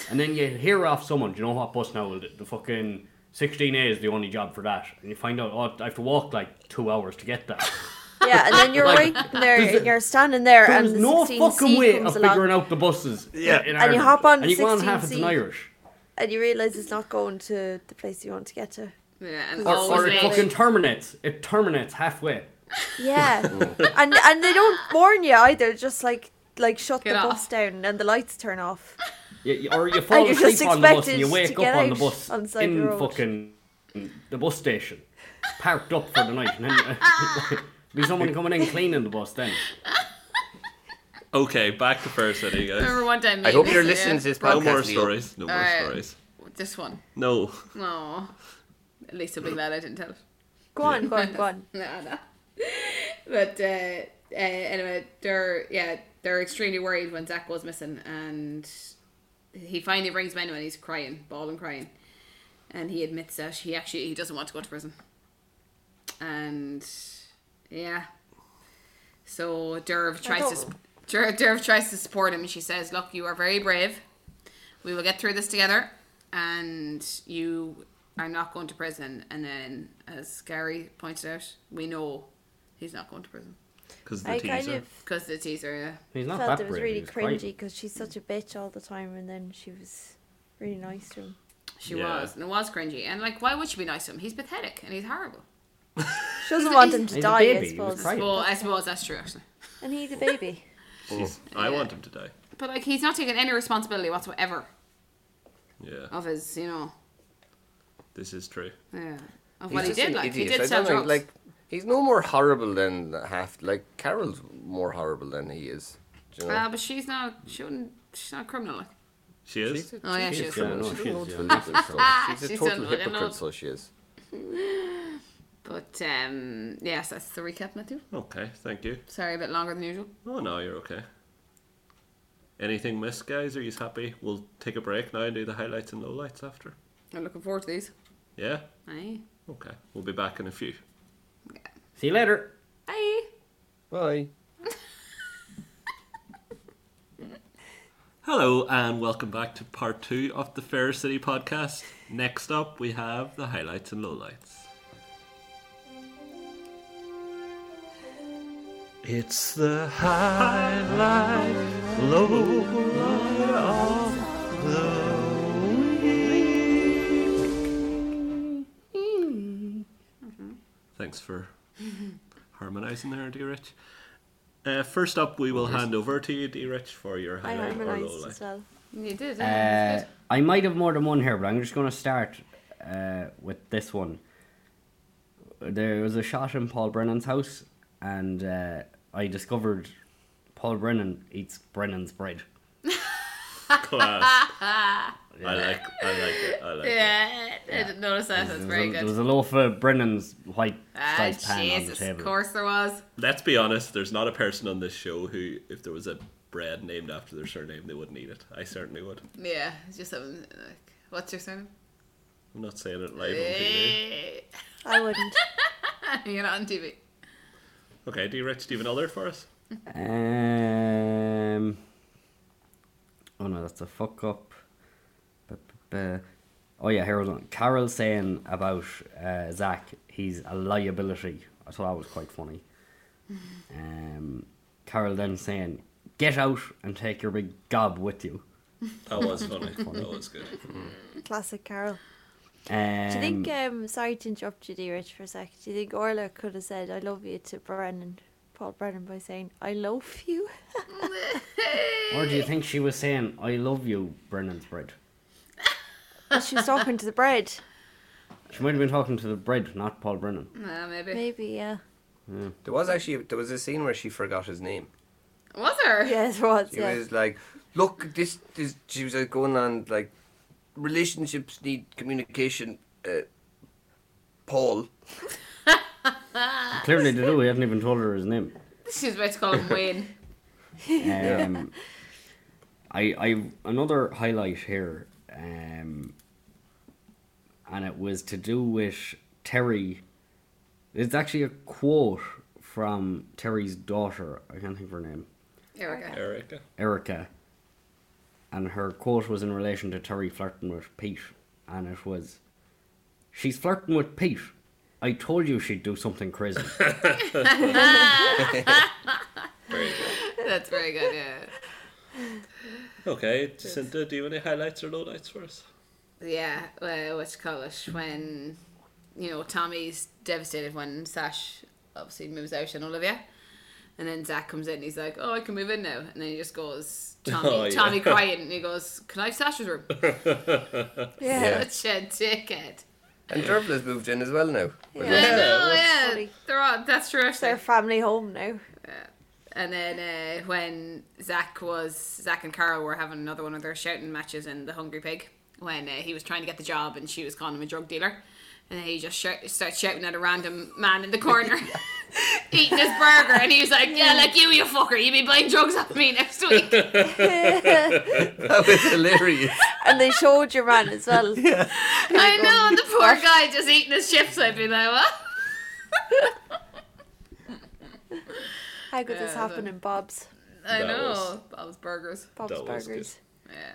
And then you hear off someone, do you know what bus now? The, the fucking sixteen A is the only job for that, and you find out oh I have to walk like two hours to get that.
Yeah, and then you're
[laughs] Like,
right there, and you're standing there, [laughs]
There's
and the
no
16C
fucking way
comes
of
along,
figuring out the buses.
Yeah.
And
in
you
Ireland.
hop on
and you go on
16C.
half it's an Irish.
and you realise it's not going to the place you want to get
[laughs]
to.
Yeah, and
Or-
Or,
always
or it
late.
fucking terminates. It terminates halfway.
Yeah, and and they don't warn you either. Just like like shut
Get
the
off.
bus down and the lights turn off.
You- you-
[laughs]
or you fall
you're
asleep
just
on the bus
expected
and you wake
to get
up on the
out
bus
on the side of the
in
road.
fucking the bus station, parked up for the night, and then uh, [laughs] be someone coming in cleaning the bus. Then
Okay, back to Fair City,
I remember
guys.
one time.
I hope
Mavis,
you're
yeah,
listening to this
No
podcast.
more
Leo.
stories. No more
Alright.
stories.
This one.
No.
Oh, at least I'll be glad I didn't tell. it.
Go on, go on, go
[laughs]
on.
No, no. [laughs] But uh, uh, anyway, they're yeah they're extremely worried when Zach goes missing, and he finally brings him in and he's crying, bawling, crying, and he admits that he actually he doesn't want to go to prison, and yeah. So Derv tries to
don't-
sp- Dur- Derv tries to support him. and She says, "Look, you are very brave. We will get through this together, and you are not going to prison." And then, as Gary pointed out, we know he's not going to prison
Because the
I
teaser.
kind of
because the teaser. uh, Yeah.
he's not
felt
that
it was
brave.
really
he's crying.
cringy because she's such a bitch all the time, and then she was really nice to him.
She
Yeah.
was, and it was cringy. And like, why would she be nice to him? He's pathetic and he's horrible.
She doesn't want
he's-
him to
he's a
die,
baby,
I
he was
suppose.
crying.
Well, I suppose that's true actually.
And he's a
[laughs]
baby.
Jeez, Oh, I want him to die.
But like, he's not taking any responsibility whatsoever
Yeah,
of his, you know,
this is true.
yeah, of
He's
what he
just
did.
an
Like,
idiot.
he
I
did sell
don't know,
drugs.
Like, he's no more horrible than the half. Like, Carol's more horrible than he is. Do you know?
uh, but she's not. She wouldn't. She's not a criminal. Like.
She is.
She's a-
Oh, yeah,
she's a
she is.
criminal.
Yeah, no,
She
she
doesn't know
is,
to live herself. [laughs] She's a
She's
total
done, like, I know.
hypocrite, so she is.
But um, yes, that's the recap, Matthew.
Okay, thank you.
Sorry, a bit longer than usual.
Oh no, you're okay. Anything missed, guys? Are you happy? We'll take a break now and do the highlights and lowlights after.
I'm looking forward to these.
Yeah?
Aye.
Okay. We'll be back in a few.
See you later.
Aye.
Bye.
Hello and welcome back to part two of the Fair City podcast. Next up we have the highlights and lowlights. It's the highlight lowlight of the week. for harmonizing there, D Rich. Uh, first up, we will hand over to you, D Rich, for your
I
high light or low
harmonised
light.
as well.
You did.
Uh,
Uh,
I might have more than one here, but I'm just going to start uh, with this one. There was a shot in Paul Brennan's house, and uh, I discovered Paul Brennan eats Brennan's bread.
Class. I like, I like it. I like it.
yeah, I didn't notice that.
There
That's
was
very
a-
good.
There was a loaf of Brennan's white
Ah,
sliced pan on the
Jesus, of
table.
course there was.
Let's be honest. There's not a person on this show who, if there was a bread named after their surname, they wouldn't eat it. I certainly would.
Yeah, it's just something like, what's your surname?
I'm not saying it live on TV.
Eh,
I wouldn't.
[laughs] You're not on TV.
Okay, D Rich, do you have another for us?
Um. Oh no, that's a fuck up. Ba-ba-ba. Oh yeah, here was one. Carol saying about uh, Zach, he's a liability. I thought that was
[laughs]
quite funny. Um, Carol then saying, "Get out and take your big gob with you."
That was [laughs] funny. that was good.
Classic Carol.
Um,
Do you think, um, sorry to interrupt you, D. Rich, for a sec. Do you think Orla could have said, I love you to Brennan, Paul Brennan, by saying, I loaf you? uh,
or do you think she was saying, "I love you, Brennan's bread"?
But she was talking to the bread.
She might have been talking to the bread, not Paul Brennan.
Nah, maybe.
Maybe, yeah.
There was actually there was a scene where she forgot his name.
Was there?
Yeah, there was,
She
yeah.
was like, "Look, this is." She was like, going on like, relationships need communication. Uh, Paul.
Clearly, they do. He hadn't even told her his name.
She was about to call him Wayne.
Um, I I another highlight here, um, and it was to do with Terry. It's actually a quote from Terry's daughter. I can't think of her name,
Erica.
Erica.
Erica. And her quote was in relation to Terry flirting with Pete, and it was, "She's flirting with Pete. I told you she'd do something crazy."
Very good.
That's very good, yeah.
Okay, Jacinta, do you have any highlights or lowlights for [laughs] us?
Yeah, uh, what's it called it? When, you know, Tommy's devastated when Sash obviously moves out and Olivia. And then Zach comes in and he's like, oh, I can move in now. And then he just goes, Tommy,
Oh, yeah.
Tommy crying. And he goes, can I have Sash's room?
yeah.
[laughs]
Yeah.
Such a dickhead.
And Durbla's moved in as well now.
Yeah, I know,
that's
yeah.
funny.
They're on, that's true.
It's their family home now.
And then uh, when Zach was Zach and Carol were having another one of their shouting matches in the Hungry Pig, when uh, he was trying to get the job and she was calling him a drug dealer, and he just shout, starts shouting at a random man in
[laughs]
the corner [laughs] eating his burger, and he was like, "Yeah, like you, you fucker, you be buying drugs off
[laughs]
me next week."
[laughs] That was hilarious.
And they showed your man as well.
I know, and the poor guy just eating his chips. I'd be like, "What?"
How could this
Yeah, I
happen
know.
in Bob's?
I
That
know.
was-
Bob's Burgers.
Bob's
That was good.
Burgers.
Yeah,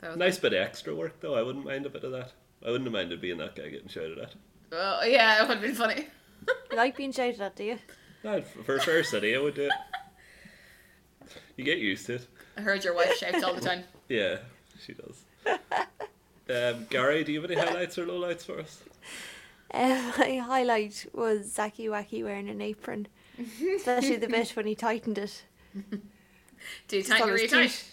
that was
Nice bit of extra work, though. I wouldn't mind a bit of that. I wouldn't have minded being that guy getting shouted at.
Oh, yeah, it would have been funny.
You like being shouted at, do you?
No, for Fair City, I would do it. [laughs] You get used to it.
I heard your wife
[laughs]
shouts all the time.
Yeah, she does. [laughs] Um, Gary, do you have any highlights or lowlights for us?
Um, [laughs] my highlight was Zacky Wacky wearing an apron, especially the bit when he tightened it.
Do you
Just
tight
on
your
his
tight?
teeth.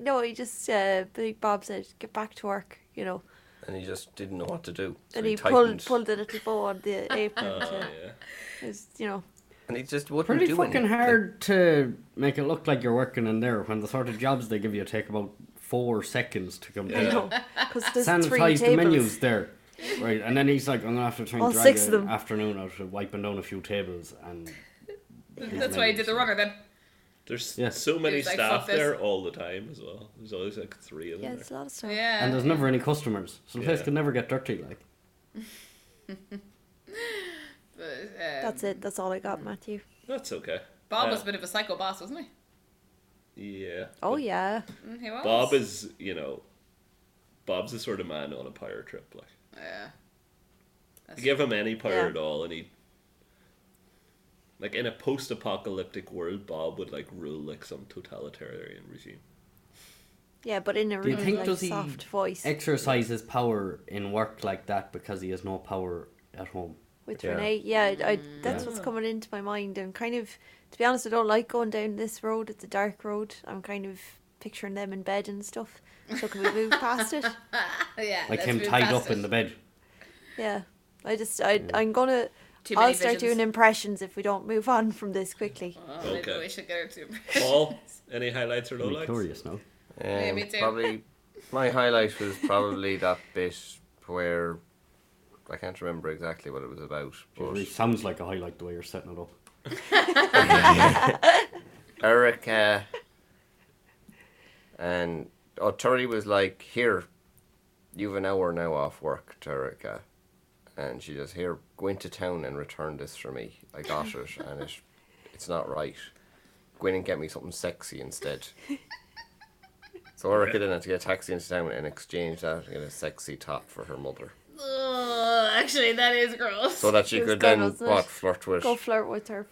No, he just uh, Big Bob said, "Get back to work," you know,
And he just didn't know what to do. So
and he,
tightened.
pulled pulled the little bow on the apron.
Oh,
to,
yeah.
it was, you know,
And he just wouldn't
Pretty
do
fucking
anything.
hard to make it look like you're working in there when the sort of jobs they give you take about four seconds to complete.
Yeah.
because there's three
sanitize the menus
tables.
there. Right, and then he's like, I'm gonna have to try and
All
drag
six of
an
them. Uh,
afternoon out of wiping down a few tables and
That's why I did the runner then.
There's
Yeah.
so many
He's like,
staff
"Fuck this."
there all the time as well. There's always like three of them
Yeah,
there.
it's a lot of stuff.
Yeah.
and there's never any customers, so the place
Yeah.
can never get dirty like.
but, um,
That's it. That's all I got, Matthew.
That's okay.
Bob
Uh,
was a bit of a psycho boss, wasn't he?
Yeah.
Oh yeah,
Mm, he was.
Bob is, you know, Bob's the sort of man on a power trip. Like,
Yeah.
you give him any power
Yeah.
at all, and he, like, in a post-apocalyptic world, Bob would like rule like some totalitarian regime.
yeah, but in a
Do you
really
think
like,
does he
soft voice.
exercise his power in work like that because he has no power at home?
with
Yeah.
Renee. Yeah, I, I- that's what's coming into my mind. And kind of, to be honest, I don't like going down this road. It's a dark road. I'm kind of picturing them in bed and stuff. So can we move past it?
yeah.
Like
let's
him
move
tied
past
up in
it.
the bed.
Yeah. I just, I, I'm gonna.
Too many
I'll start
visions.
doing impressions if we don't move on from this quickly.
Oh, maybe
Okay.
we should get her to. [laughs]
Paul, any highlights or
I'm
lowlights?
curious now.
Yeah,
Um,
me too.
Probably
[laughs]
my highlight was probably that bit where I can't remember exactly what it was about,
It really
but
sounds like a highlight the way you're setting it up.
Erica uh, and oh, Terry was like, "Here, you've an hour now off work, to Erica," and she just here go into town and return this for me. I got it, and it, it's not right. Go in and get me something sexy instead. So Erica then had to get a taxi into town and exchange that and get a sexy top for her mother.
Ugh, Oh, actually, that is gross.
so that she
It was
could
good,
then
wasn't it?
what flirt with
Go flirt with her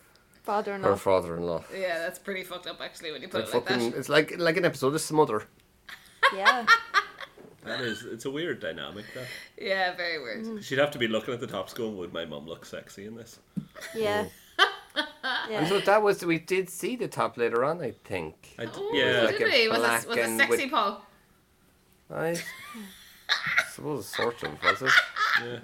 father-in-law.
her father-in-law.
yeah, that's pretty fucked up. Actually, when you put it
Like
like
fucking,
that.
it's like like an episode of Smother.
Yeah.
That is, it's a weird dynamic. That
Yeah, very weird.
Mm.
she'd have to be looking at the tops, going, "Would my mum look sexy in this?"
Yeah.
And
Yeah.
so that was we did see the top later on, I think.
I d-
Oh,
yeah,
did
like a
we? Was
black
it was it
and
sexy,
with-
Paul?
I suppose sort of was it
yeah.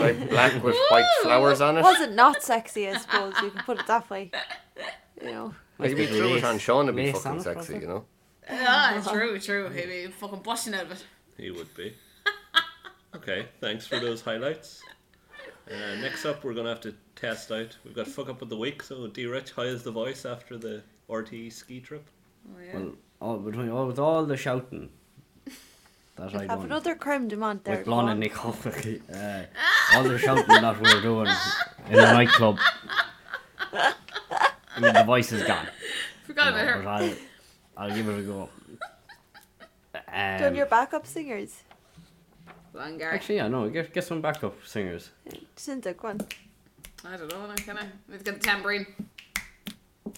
like black with white flowers on it.
Wasn't not sexy, I suppose. You can put it that way. You know.
Like if you
Like
threw it
lace-
on Sean, it'd be
lace on
fucking
it,
sexy,
wasn't
you know.
Ah, true, true. He'd be fucking busting out of it.
he would be. Okay, thanks for those highlights. Uh, next up, we're gonna have to test out. We've got fuck up of the week. So, D. Rich, how is the voice after the RTE ski trip?
Oh, yeah.
Well, all, between, all, with all the shouting that I
Have
done
another creme de menthe there.
with
go
Lon
on.
and Nick Huffley, uh, all the shouting that we were doing in the nightclub, I mean, the voice is gone.
Forgot about
But
her.
I'll, I'll give it a go.
Doing
Um,
your backup singers.
Longar.
actually, yeah, no, get, get some backup singers.
Jacinta, go on.
I don't know. Can I? Let's get the tambourine.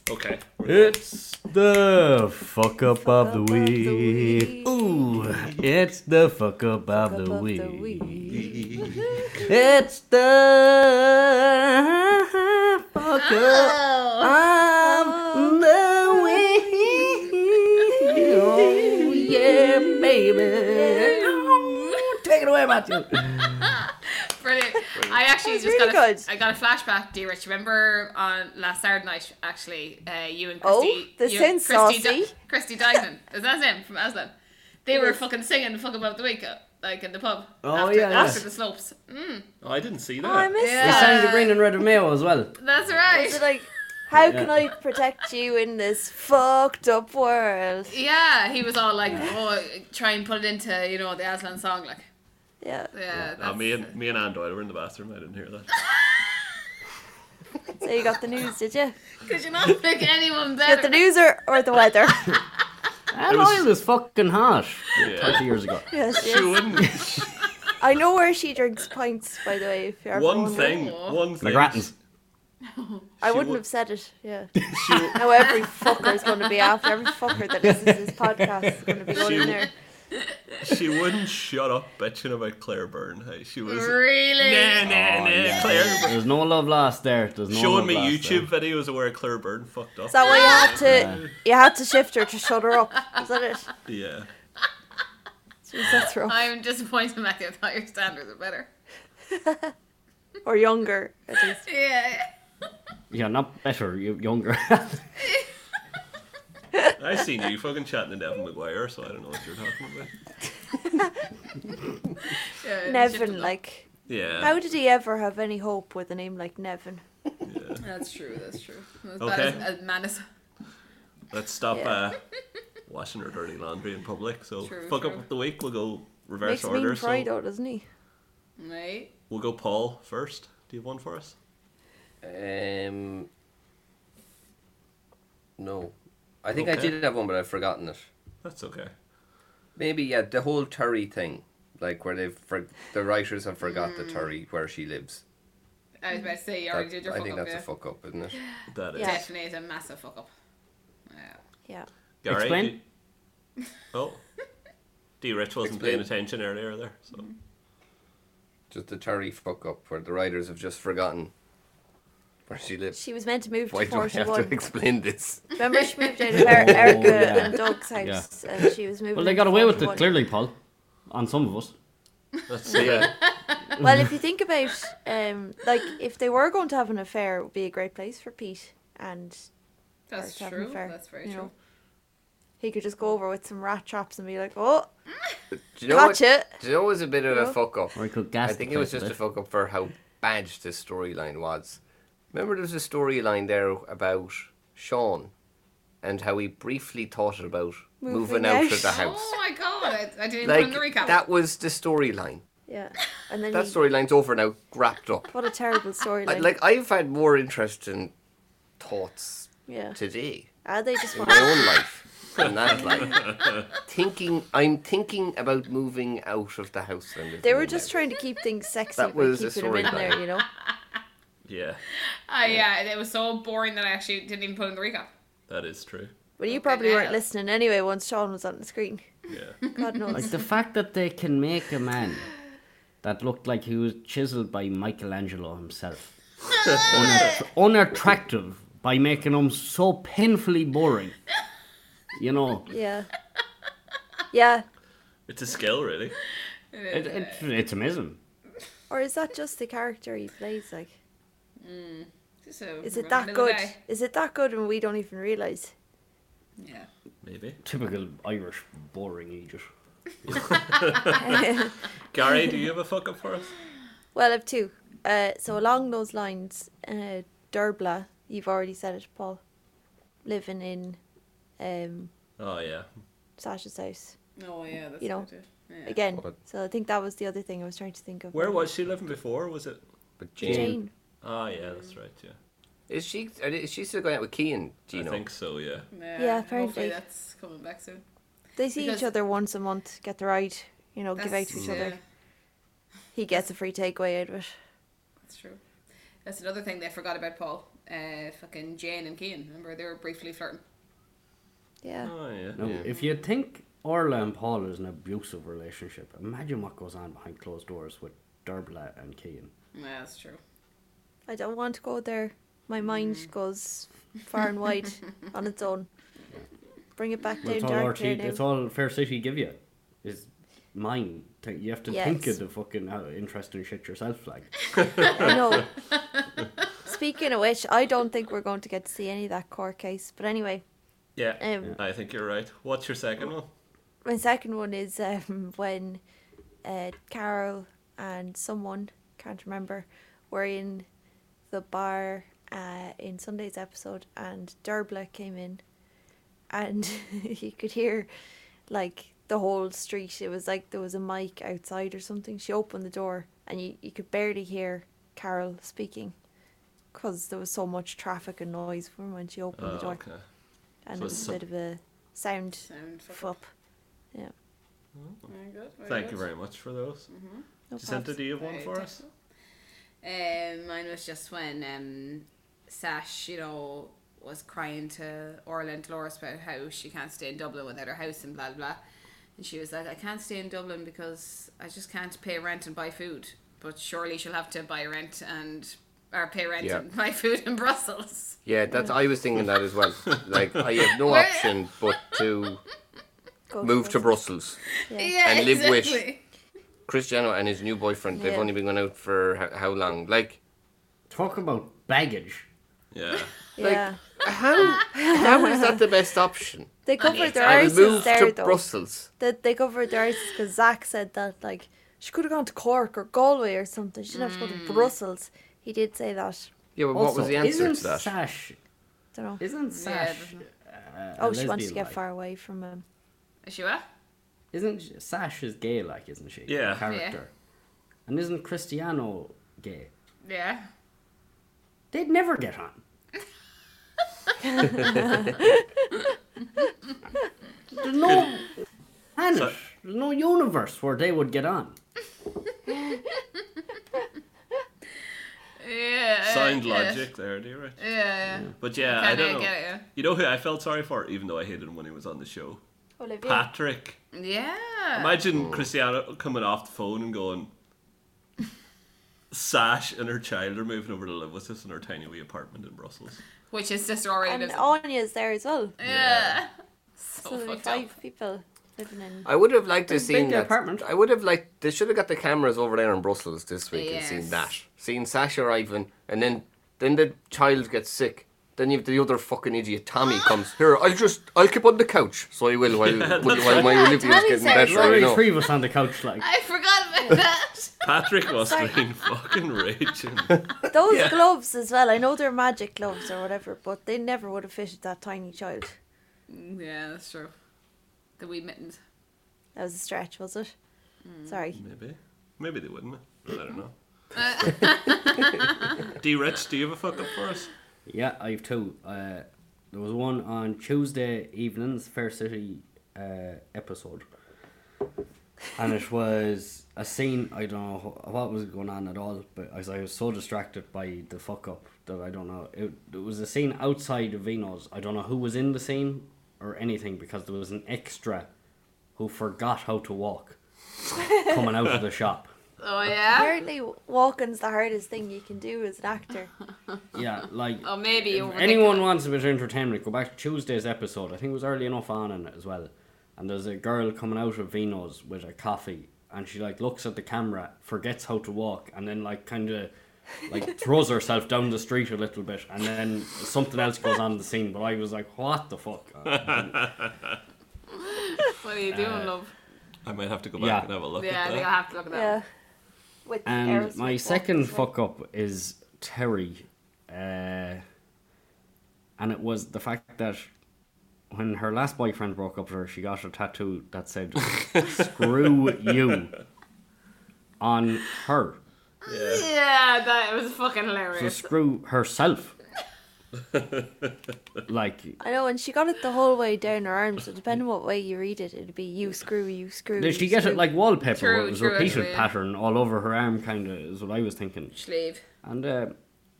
Okay, we're gonna-
It's the fuck up of the
up of the
week.
week.
Ooh, it's the fuck up of
Cup
the
of the
week.
week.
It's the fuck up
Oh,
of the week. Oh, yeah, baby. Oh, Take it away, [laughs] Matthew.
[laughs]
brilliant! I actually
That was
just
really
got a,
good.
I got a flashback, dear Rich. Remember on last Saturday night, actually, uh, you and
Oh,
Christy,
the
you,
sin saucy.
Christy, Di-
[laughs]
Christy Dyson, is that his name from Aslan? They were
is.
fucking singing "Fuck About the Week" uh, like in the pub.
Oh,
after,
yeah, yeah.
after the slopes. Mm,
Oh, I didn't see that.
Oh, I missed
Yeah.
They
that.
sang the green and red of Mayo as well.
that's
So,
right.
like, how can I protect you in this fucked up world?
Yeah, he was all like, "Oh, try and put it into you know the Aslan song." Like,
Yeah,
yeah,
Oh,
that's-
me and me and Anne Doyle were in the bathroom. I didn't hear that.
so you got the news, did you?
could you not pick anyone
You got the
better?
news or, or the weather? [laughs]
And oil was fucking hot
Yeah.
30 years ago.
Yes,
She
yes.
wouldn't.
I know where she drinks pints, by the way. If you're ever
One
wondering.
thing. One thing.
McGrattan's.
I
She
wouldn't
would-
have said it. Yeah.
[laughs] She, w-
Now every fucker is going to be after every fucker that listens to this podcast is going to be going in
She-
there.
she wouldn't shut up bitching about Claire Byrne. Hey, She was.
Really?
Nah, nah, nah, [laughs] Claire Byrne.
There's no love lost there. There's no
Showing
love
me
lost
YouTube
there.
videos of where Claire Byrne fucked up.
Is that why you had to you had to shift her to shut her up? Is that it?
yeah.
Jeez, that's rough.
I'm disappointed, Mackie. I thought your standards are better. [laughs]
Or younger, at least.
Yeah.
Yeah, not better, you
[laughs]
younger.
I seen you fucking chatting to Devin McGuire, so I don't know what you're talking about.
yeah
Nevin, like,
Yeah.
how did he ever have any hope with a name like Nevin?
yeah.
That's true. That's true. That's
Okay.
bad as, as menace.
Let's stop
Yeah.
uh, washing her dirty laundry in public. So
True,
fuck
true.
up the week. We'll go reverse
Makes me
order.
mean
So
pride though, doesn't he?
Right.
we'll go Paul first. Do you have one for us?
Um, no, I think I
Okay.
did have one, but I've forgotten it.
That's okay.
Maybe yeah, the whole Terry thing, like where they've for- the writers have forgot the Terry where she lives.
I was about to say you
That-
Hmm. already did your
I
fuck
think
up.
that's
yeah.
a fuck up, isn't it?
That is.
Yeah.
Definitely is a massive fuck up. Yeah.
Yeah.
Gary,
Explain.
you- Oh. D Rich wasn't paying
Explain.
Mm-hmm.
attention earlier there. So
Just the Terry fuck up where the writers have just forgotten where she lives.
She was meant to move
Why
to
do I have
41.
to explain this?
Remember, she moved out
[laughs]
of er-
Oh,
Erica
yeah.
and Doug's house, and she was moving.
Well, they got away with it clearly, Paul. On some of us.
That's uh, yeah.
Well,
Mm-hmm.
if you think about, um, like, if they were going to have an affair, it would be a great place for Pete and her
That's
to have an
true.
affair,
That's very
you
true.
know. He could just go over with some rat traps and be like, "Oh,
Do you know
gotcha."
what? Do you know it was a bit of
No.
a fuck up?
Or he could gas
I
the
think it was
place
just
a
a fuck up for how bad this storyline was. Remember, there was a storyline there about Sean and how he briefly thought about
Moving
moving, out.
out.
of the house.
Oh my god, I, I didn't even
like
put in the recap.
that was the storyline.
Yeah, [laughs] and then
That
he,
storyline's over now, wrapped up.
what a terrible story.
I, like I've had more interesting thoughts
yeah,
today
ah, they just
in
want
my own life than that life. thinking, I'm thinking about moving out of the house. And living
They were
in
just
it.
trying to keep things sexy
That
by
was a
keeping them in
storyline.
there, you know.
yeah,
Ah, yeah, it was so boring that I actually didn't even put in the recap.
that is true.
Well, you probably weren't
now.
listening anyway once Sean was on the screen.
Yeah.
[laughs]
God knows.
Like the fact that they can make a man that looked like he was chiseled by Michelangelo himself Unattra- unattractive by making him so painfully boring. You know,
Yeah. Yeah.
It's a skill, really.
it, it, it's amazing.
Or is that just the character he plays? Like,
Just a
is it
random
that
little
good?
guy.
Is it that good and we don't even
[laughs]
realize? [laughs]
Yeah.
Maybe.
Typical Irish boring Egypt.
Gary, do you have a fuck up for us?
Well, I've two. Uh, so along those lines, uh, Derbla, you've already said it, Paul, living in um,
Oh yeah.
Sasha's house
Oh yeah, that's
You know,
good. Yeah.
again.
What?
So I think that was the other thing I was trying to think of.
Where was she living before? Was it?
But Jane,
Jane?
Oh yeah, that's right. Yeah.
is she? are- Is she still going out with Kean? Do you
I
know?
think so. Yeah.
Yeah,
Yeah,
Hopefully
apparently.
that's coming back soon.
They see
Because-
each other once a month, get the ride, you know, give out to each
That's-
other.
yeah,
He gets a free takeaway out of it.
that's true. That's another thing they forgot about Paul. Uh, fucking Jane and Kean. Remember they were briefly flirting.
Yeah.
Oh yeah.
Now, if you think Orla and Paul is an abusive relationship, imagine what goes on behind closed doors with Derbla and Kean.
Yeah, that's true.
I don't want to go there. My mind
Mm.
goes far and
[laughs]
wide on its own. Bring it back
Well,
down
it's all
dark
RT.
there now.
It's all Fair City give you. Is mine. Th- You have to think
Yes.
of the fucking uh, interesting shit yourself, like.
I know. Speaking of which, I don't think we're going to get to see any of that court case. But anyway,
Yeah.
um,
I think you're right. What's your second one?
my second one is um, [laughs] when uh, Carol and someone can't remember were in the bar uh, in Sunday's episode, and Derbla came in, and [laughs] you could hear like the whole street. It was like there was a mic outside or something. She opened the door, and you, you could barely hear Carol speaking. Because there was so much traffic and noise from when she opened the
Oh,
door,
okay.
and
So
it was
it's
a
some-
bit of a sound
Sound fucking.
flop.
Very good.
Thank
Very good. Mm-hmm.
you very much for those.
No
Jacinta,
probs.
do you have one
Very
for us?
Um, mine was just when um, Sash, you know, was crying to Orla and Dolores about how she can't stay in Dublin without her house and blah blah. And she was like, I can't stay in Dublin because I just can't pay rent and buy food. But surely she'll have to buy rent and or pay rent
Yeah.
and [laughs] buy food in Brussels.
Yeah, that's. I was thinking that
[laughs]
as well. Like I have no
Where-
option but to
Go
move to
Brussels.
Brussels.
Yeah,
And live with. Cristiano and his new boyfriend. They've
Yeah.
only been going out for how, how long? Like
Talk about baggage.
Yeah.
[laughs]
[laughs]
Yeah.
how? How is that the best option?
they covered their
I will
arses
move
there
to
though.
Brussels.
That they covered their arses because Zach said that like she could have gone to Cork or Galway or something. She didn't have to
Mm.
go to Brussels. He did say that.
Yeah, but what
Also,
was the answer
isn't
to that?
Sash?
Don't know.
Isn't
Yeah,
Sash?
doesn't-
uh,
Oh,
a
she wants to
lesbian,
get
like?
far away from um, him.
Is she what?
Isn't she- Sash is gay, like, isn't she?
Yeah.
The Character. And isn't Cristiano gay?
Yeah.
They'd never get on. There's no planet,
So-
there's no universe where they would get on.
Yeah.
Sound
yeah.
logic there, do you right?
Yeah. yeah.
But yeah, I
Kinda
don't know.
get it,
You know who I felt sorry for, even though I hated him when he was on the show?
Olivia.
Patrick.
yeah. Yeah.
Imagine Cristiano coming off the phone and going, Sash and her child are moving over to live with us in our tiny wee apartment in Brussels.
Which his sister already
And
lives. in.
Anya's there as well.
yeah.
So
So,
there'll be
fucked up.
five people living
[laughs]
in.
I would have liked to seen
big
that.
apartment.
I would have liked. They should have got the cameras over there in Brussels this week and
Yes.
seen that. Seen Sasha arriving, and then then the child gets sick. Then you have the other fucking idiot Tommy comes here. I'll just I'll keep on the couch, so I
[laughs]
will while while, while my
Yeah,
Olivia's
Tommy's
getting
there.
better.
Sorry,
I
Larry
know.
Trevis on the couch, like.
I forgot [laughs] about that.
Patrick
[laughs]
was being fucking raging.
Those gloves as well. I know they're magic gloves or whatever, but they never would have fitted that tiny child.
yeah, that's true. The wee mittens.
That was a stretch, was it?
Mm.
Sorry.
Maybe. Maybe they wouldn't. I don't
[laughs]
know. [laughs] D Rich, do you have a fuck up for us?
Yeah, I have two. Uh, there was one on Tuesday evening's Fair City uh, episode, and it was a scene. I don't know wh- what was going on at all, but I was, I was so distracted by the fuck up that I don't know. It, it was a scene outside of Vino's. I don't know who was in the scene or anything because there was an extra who forgot how to walk coming out of the shop.
Oh yeah.
Apparently, walking's the hardest thing you can do as an actor.
Yeah, like
Oh maybe you
If
were
anyone wants a bit of entertainment, go back to Tuesday's episode. I think it was early enough on in it as well. And there's a girl coming out of Vino's with a coffee, and she like looks at the camera, forgets how to walk, and then like kind of like throws herself down the street a little bit, and then something else goes on in the scene. But I was like, what the fuck?
What are you doing, love?
I might have to go back
Yeah.
and have a look
Yeah, I
at
think I'll
that.
have to look at that.
Yeah. With
And
Aerosmith
my
walk
second
as well.
fuck up is Terry. Uh, and it was the fact that when her last boyfriend broke up with her, she got a tattoo that said, Screw you on her.
Yeah.
Yeah, that was fucking
So
hilarious.
screw herself. like,
I know, and she got it the whole way down her arm, so depending what way you read it, it'd be you screw, you screw.
did she
you
get it
screw.
like wallpaper?
True,
where it was
true,
repeated
actually, yeah.
pattern all over her arm, kind of, is what I was thinking.
Slave.
And uh,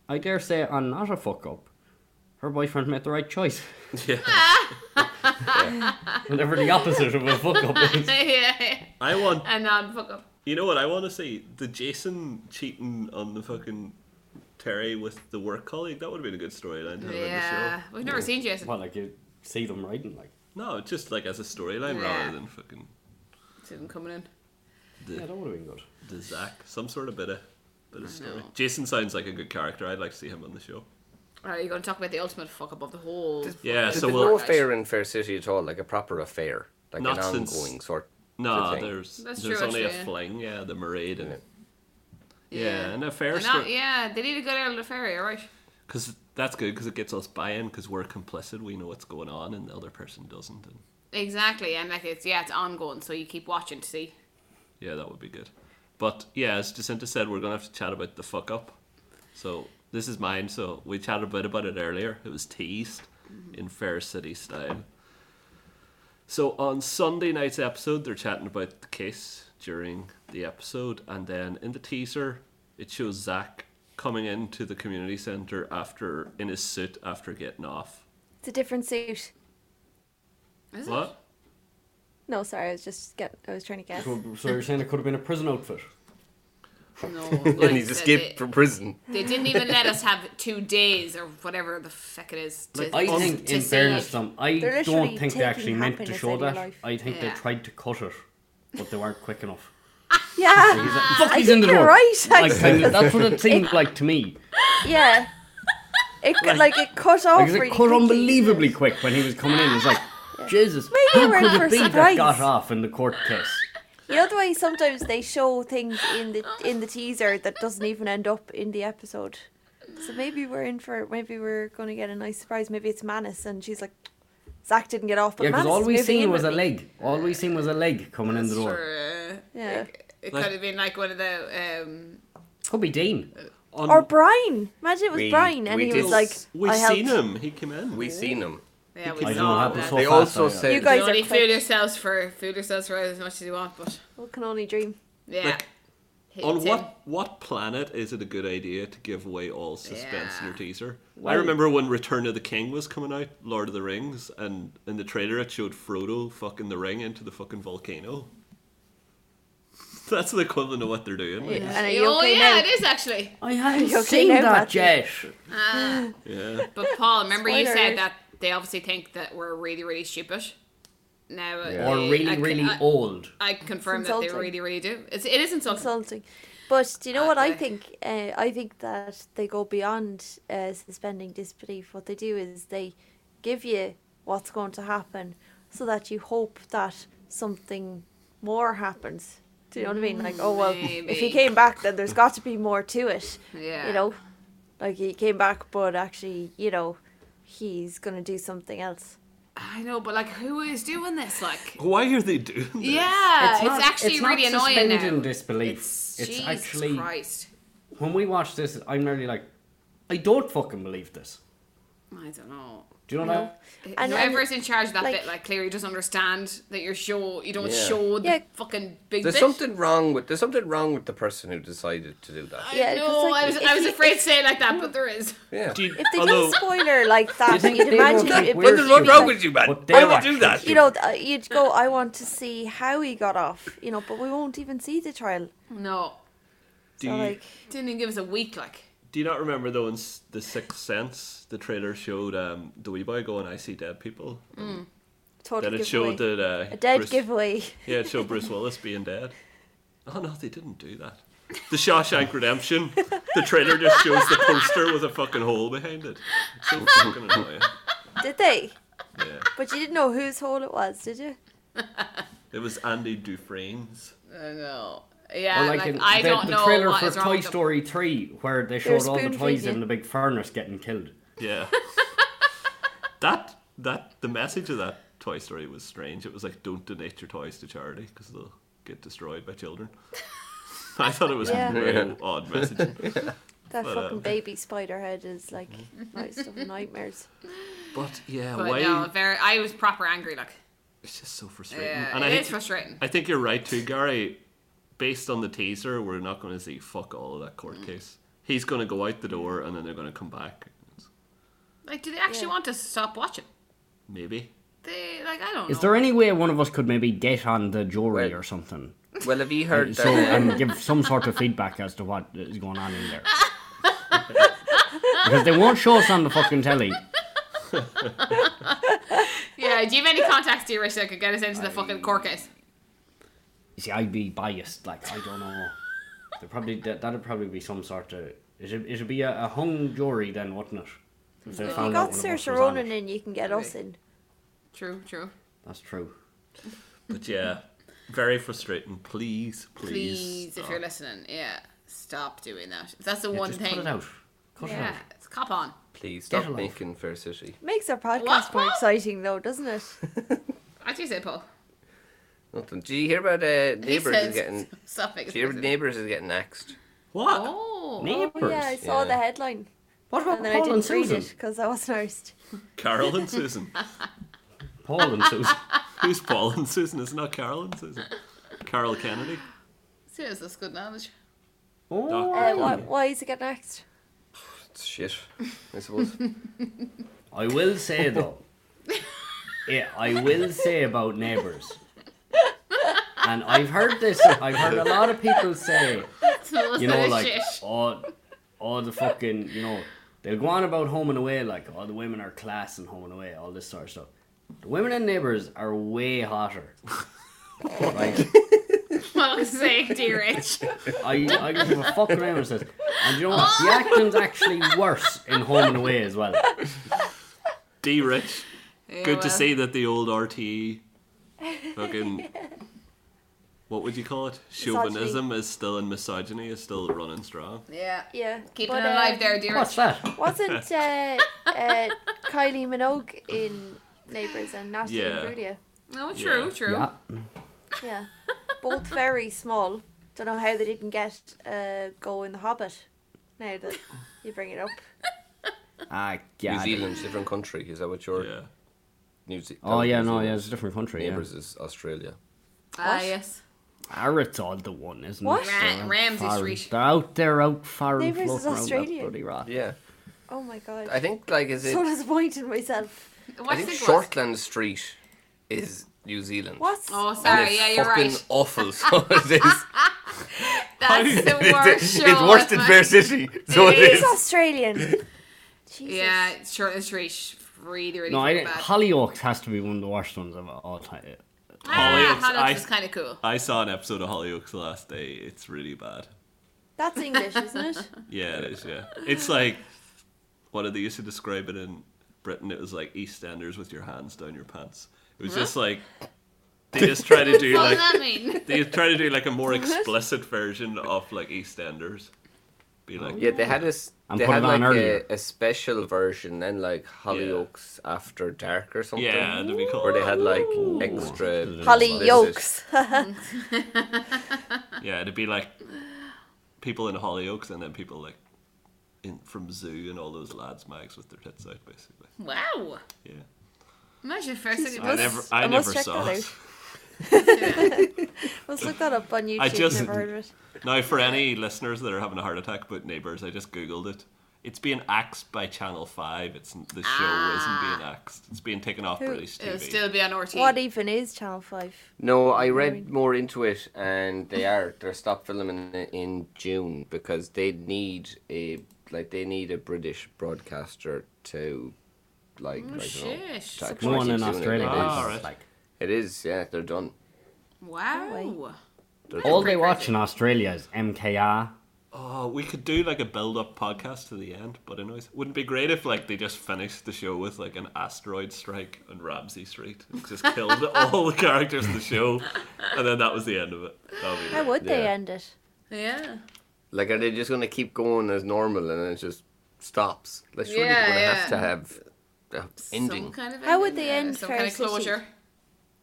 I dare say, on not a fuck up, her boyfriend made the right choice. [laughs]
[laughs]
yeah.
Whatever the opposite of a fuck up is.
yeah, [laughs] yeah.
I want
And non fuck up.
You know what I want to say? The Jason cheating on the fucking Terry with the work colleague, that would have been a good storyline to have in
Yeah.
the show.
We've never seen Jason.
Well, like you see them riding, like
No, just like as a storyline
Yeah.
rather than fucking
See them coming in.
yeah, that would have been good.
the Zach. Some sort of bit of, bit of story.
know.
Jason sounds like a good character. I'd like to see him on the show.
Are you going to talk about the ultimate fuck up of the whole?
Yeah,
There's
so
no
we'll.
affair in Fair City at all, like a proper affair, like
Not
an
since-
ongoing sort.
No,
thing.
there's
That's
there's
true,
only a
actually, yeah.
fling, yeah, the Maraid and
Yeah.
yeah, and a fair
They're Not,
story
yeah, they need to go down to the ferry, alright.
because that's good because it gets us buy-in because we're complicit. We know what's going on and the other person doesn't. And
Exactly, and like it's yeah, it's ongoing, so you keep watching to see.
Yeah, that would be good. But yeah, as Jacinta said, we're gonna have to chat about the fuck up. So this is mine. So we chatted a bit about it earlier. It was teased in Fair City style. So on Sunday night's episode, they're chatting about the case during the episode, and then in the teaser, it shows Zach coming into the community center after in his suit after getting off.
It's a different suit.
Is it?
What?
No, sorry, I was just get. I was trying to guess.
Could- So you're saying it could have been a prison outfit?
No. like,
And he's
they-
escaped from prison.
They, they didn't even let us have two days or whatever the fuck it is. To,
I
to-
think,
to
in
see
fairness, to
it.
them, I
They're
don't
literally
think they actually
taking
meant to
happiness
show
out of your
that.
life.
I think
Yeah.
they tried to cut it, but they weren't quick enough.
Yeah,
Fuck,
Ah, I
he's in
think
the
you're
door.
right.
Like, kind
actually.
of- that's what
[laughs]
it seemed like to me.
yeah, it could like it cut off.
Like,
really
it cut
quickly.
unbelievably quick when he was coming in. It was like, Jesus,
Maybe
who
we're in
could
for
it be
surprise.
that got off in the court case?
You know the way sometimes they show things in the in the teaser that doesn't even end up in the episode. So maybe we're in for maybe we're gonna get a nice surprise. Maybe it's Manus and she's like, Zach didn't get off, but
Yeah, because
Manus
all
is
we
moving
seen
in
was a
with me."
leg. All we seen was a leg coming in the door.
Sure, uh,
Yeah.
like, it
Like-
could have been like one of the um,
Could be Dean.
On,
Or Brian. Imagine it was
We-
Brian and
we
he
did
was like,
we
I helped.
seen him. He came in.
We seen him.
yeah. We
I don't know
saw
how to
that.
solve
They
fast
also
I am.
said
You
You
guys
can
are
only
quick.
fool yourselves for fool yourselves for as much as you want, but
We can only dream.
yeah.
Like,
Hate
On
him.
what what planet is it a good idea to give away all suspense in your
Yeah.
teaser? I remember when Return of the King was coming out, Lord of the Rings, and in the trailer it showed Frodo fucking the ring into the fucking volcano. [laughs] That's the equivalent of what they're doing. like,
And are you
Oh,
okay
yeah,
now?
it is actually.
I
[laughs]
haven't
You okay
seen
now,
that
Matthew?
yet.
yeah.
But Paul, remember you
Spoilers.
said that they obviously think that we're really, really stupid. Now,
Yeah.
Or
they- I
really,
can-
really
I,
old.
I confirm
It's
that they
insulting.
really, really do. It's, it is insulting.
insulting. But do you know what I
Okay.
think? Uh, I think that they go beyond uh, suspending disbelief. What they do is they give you what's going to happen so that you hope that something more happens. Do you know what I mean? Like, oh, well, if
Mm, maybe.
he came back, then there's got to be more to it.
Yeah.
You know? Like, he came back, but actually, you know, he's going to do something else.
I know, but like, who is doing this? Like,
Why are they doing this?
yeah, Uh, it's,
not-
actually
it's
really
not
annoying
suspending
now.
disbelief.
It's,
It's,
Jesus
actually
Christ.
when we watch this, I'm nearly like, I don't fucking believe this.
I don't know.
Do you know
No.
what I mean?
And-
Whoever's in charge of that
like-
bit, like, clearly doesn't understand that you're show. You don't
Yeah.
show the
Yeah.
fucking big
There's
bit.
something wrong with there's something wrong with the person who decided to do that.
I
Yeah, 'cause,
know.
like,
I was,
if
I was
you- Mm.
afraid to say it like that, but there is.
Yeah.
Do you-
If they
although,
did a spoiler like that,
think
you'd
they were
imagine
like,
it would
"What
What
Weird
is
be
wrong
people.
with you, man?
But they
Why
were
would you do that?
you know, th- uh, you'd go, I want to see how he got off, you know, but we won't even see the trial.
No,
do,
So,
you,
like,
didn't even give us a week. Like,
do you not remember though in S- The Sixth Sense, the trailer showed um, the wee boy going, I see dead people?
total
Then it
giveaway.
showed that. Uh,
a dead
Bruce,
giveaway. [laughs]
Yeah, it showed Bruce Willis being dead. Oh no, they didn't do that. The Shawshank Redemption. The trailer just shows the poster with a fucking hole behind it. So fucking annoying.
Did they?
Yeah.
But you didn't know whose hole it was, did you?
It was Andy Dufresne's.
I know.
Or
Yeah, Uh, like,
in
I
the,
don't
the
know
trailer
what
for
is wrong
Toy
with them.
Story 3, where they
They're
showed all the
spoon
toys
feeding.
in the big furnace getting killed.
Yeah. that that the message of that Toy Story was strange. It was like don't donate your toys to charity because they'll get destroyed by children. I thought it was
Yeah.
very
Yeah.
odd message.
That
Well,
fucking
um,
uh,
baby spider head is
[laughs]
like my stuff of nightmares.
But yeah,
But
why?
no, very. I was proper angry. Like,
It's just so frustrating.
yeah,
and
it
I
is
think,
frustrating.
I think you're right too, Gary. Based on the teaser, we're not going to see fuck all of that court case. He's going to go out the door, and then they're going to come back.
Like, do they actually
Yeah.
want us to stop watching?
Maybe.
They like, I don't know.
Is there any way one of us could maybe get on the jury
Well,
or something?
Well, have you heard
So, um,
that? [laughs]
and give some sort of feedback as to what is going on
[laughs]
in there. because they won't show us on the fucking telly.
Yeah, do you have any contacts, do you wish that could get us into the fucking court case?
See, I'd be biased. Like, I don't know. They probably that, That'd probably be some sort of. It'd, it'd be a, a hung jury then, wouldn't it? If they
If you
found
got
out one of us
Saoirse
was on
Ronan
it.
in, you can get us in.
True, true.
That's true.
But yeah, very frustrating. Please, please,
Please, if
stop.
you're listening, yeah, stop doing that. If that's the
Yeah,
one
just
thing.
cut it out. Cut it
Yeah,
out.
it's cop on.
Please
Get
stop
a life.
making Fair City.
Makes our podcast
What?
more
What?
exciting though, doesn't it?
What do you say, Paul?
Nothing. Do you hear about uh,
He
neighbors
says, [laughs]
is getting?
stop making
Do you hear
faces.
neighbors is getting axed?
What?
Oh,
Oh,
Neighbours.
yeah, I saw
Yeah.
the headline
What about
and then I
Paul and
didn't read
Susan?
it because I wasn't arsed.
Carol and Susan.
Paul
[laughs]
and Susan.
Who's Paul and Susan? It's not Carol and Susan. Carol Kennedy.
serious, that's [laughs] good knowledge.
Oh,
Uh, why, why is it getting next?
It's shit. [laughs] I suppose.
Um,
I will
[laughs]
say though. yeah, I will say about neighbours. And I've heard this. I've heard a lot of people say,
It's the most
you know,
of
like,
shit. [laughs]
oh, oh, the fucking, you know, they'll go on about home and away, like, oh, the women are class and home and away, all this sort of stuff. The women and neighbours are way hotter. right?
Fuck's
[laughs]
sake, dear Rich.
I, I give a fuck around with this. And you know what?
Oh.
The acting's actually worse in Home and Away as well.
D. Rich.
Yeah,
Good to
well,
see that the old
[laughs]
RTE fucking what would you call it? Chauvinism is still and misogyny is still running strong.
Yeah,
Yeah.
keeping
but,
uh,
it alive
um,
there, dear
What's
Rich.
that?
Wasn't
[laughs]
uh, uh, Kylie Minogue in Neighbours and Natalie
Yeah.
Imbruglia?
No, true,
Yeah.
true. Ah,
Yeah.
Yeah. Both very small. Don't know how they didn't get uh, go in The Hobbit now that you bring it up.
Ah,
New
yeah.
Zealand's a different country. Is that what you're?
Yeah.
New Ze-
Oh
New
yeah, no,
Zealand.
yeah, it's a different country. Yeah.
Neighbours is Australia.
Ah,
What?
yes.
Or it's all the one, isn't
What?
it?
Ra-
They're out
Ramsey
far-
Street.
They're out there, out far and
Neighbours is
floating around that
Australian.
bloody rock.
Yeah,
Oh my god.
I think like is it?
so disappointed in myself.
What's
I
it
think
was?
Shortland Street is New Zealand.
What?
Oh,
And
sorry,
it's
yeah, you're [laughs]
fucking
right.
awful. So it is.
That's
[laughs]
the worst show.
it's worse
with
than
my-
Fair City. So
It
it
is.
is.
He's Australian. Jesus.
Yeah, it's short and sweet. Really, really
No, I
fucking
didn't.
bad.
Hollyoaks has to be one of the worst ones of all time.
Ah,
Hollyoaks,
Hollyoaks
I-
was kind of cool.
I saw an episode of Hollyoaks last day. It's really bad.
That's English,
[laughs]
isn't it?
Yeah, it is. Yeah, it's like what did they used to describe it in Britain? It was like EastEnders with your hands down your pants. It was just like they just try to do
What
like
does that mean? [laughs]
they try to do like a more explicit version of like EastEnders. Be like,
Yeah, they had a s-
And
they
put
had
it on
like
earlier.
a, a special version then like Hollyoaks After Dark or something.
yeah, to be
Where
called.
they had like extra
Holly Yolks.
Yeah, it'd be like people in Hollyoaks and then people like in from Zoo and all those lads mags with their tits out, basically.
Wow.
Yeah,
Imagine if Fair City
I
was.
never,
must-
I
I must
never
check
saw
that
it.
[laughs] Let's look that up on YouTube.
I just-
Never heard of it.
Now, for any listeners that are having a heart attack about Neighbours, I just googled it. It's being axed by Channel Five. It's the show
Ah.
isn't being axed. It's being taken off British
It
TV.
would still be on RT.
What even is Channel 5?
No, I read more into it, and they are they're stopped filming i- in June because they need a like they need a British broadcaster to like I don't know,
sheesh.
to actually
No one Oh, in
keep doing
Australia
it. It
does.
is-
Ah, right.
Like
It is, yeah, they're done.
Wow.
They're
all
done.
they watch in Australia is MKR.
Oh, we could do like a build-up podcast to the end, but anyways, wouldn't it be great if like they just finished the show with like an asteroid strike on Ramsey Street, It just
[laughs]
killed all the characters in the show, and then that was the end of it. That'd be
How
great.
would they
Yeah.
end it?
Yeah.
Like, are they just gonna keep going as normal, and it just stops? Like, surely
Yeah,
they're gonna
yeah.
have to have a ending.
Some kind of
How would
ending,
they
uh,
end
Some
Fair
kind of
City?
closure.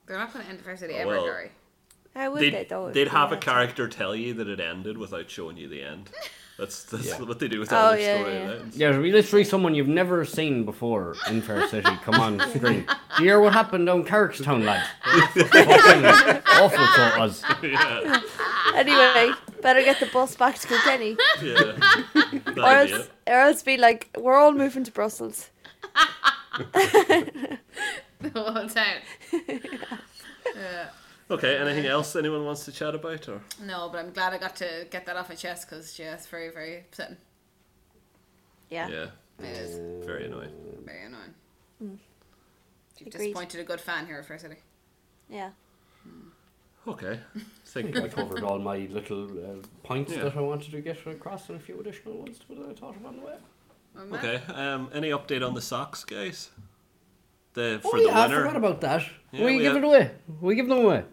They're not going to end Fair City ever,
well.
Gary. [laughs]
How would they,
They'd,
though?
they'd have a
Yeah.
character tell you that it ended without showing you the end. That's that's
Yeah.
what they do with all
Oh,
their
yeah, yeah.
storylines.
There's literally someone you've never seen before in Fair City come
[laughs]
on screen. Do you hear what happened down Carrickstown, lads? Fucking awful so it was.
Anyway,
Ah.
better get the bus back to
[laughs]
Kilkenny.
Yeah,
[laughs]
That'd be
Or else,
it.
or else be like, we're all moving to Brussels.
The whole time.
Okay, anything else anyone wants to chat about? Or
No, but I'm glad I got to get that off my chest because yeah, it's very, very upsetting.
Yeah.
yeah,
It is
very annoying.
very annoying. You've
Mm. Agreed.
disappointed a good fan here at Fair City.
yeah.
Okay,
[laughs]
think.
I covered all my little uh, points
Yeah.
that I wanted to get across and a few additional ones that I thought of on the way.
Remember?
Okay. Um, any update on the socks, guys? The
Oh
for
yeah, I
the winner.
forgot about that.
Yeah,
we,
we
give
have-
it away. We give them away.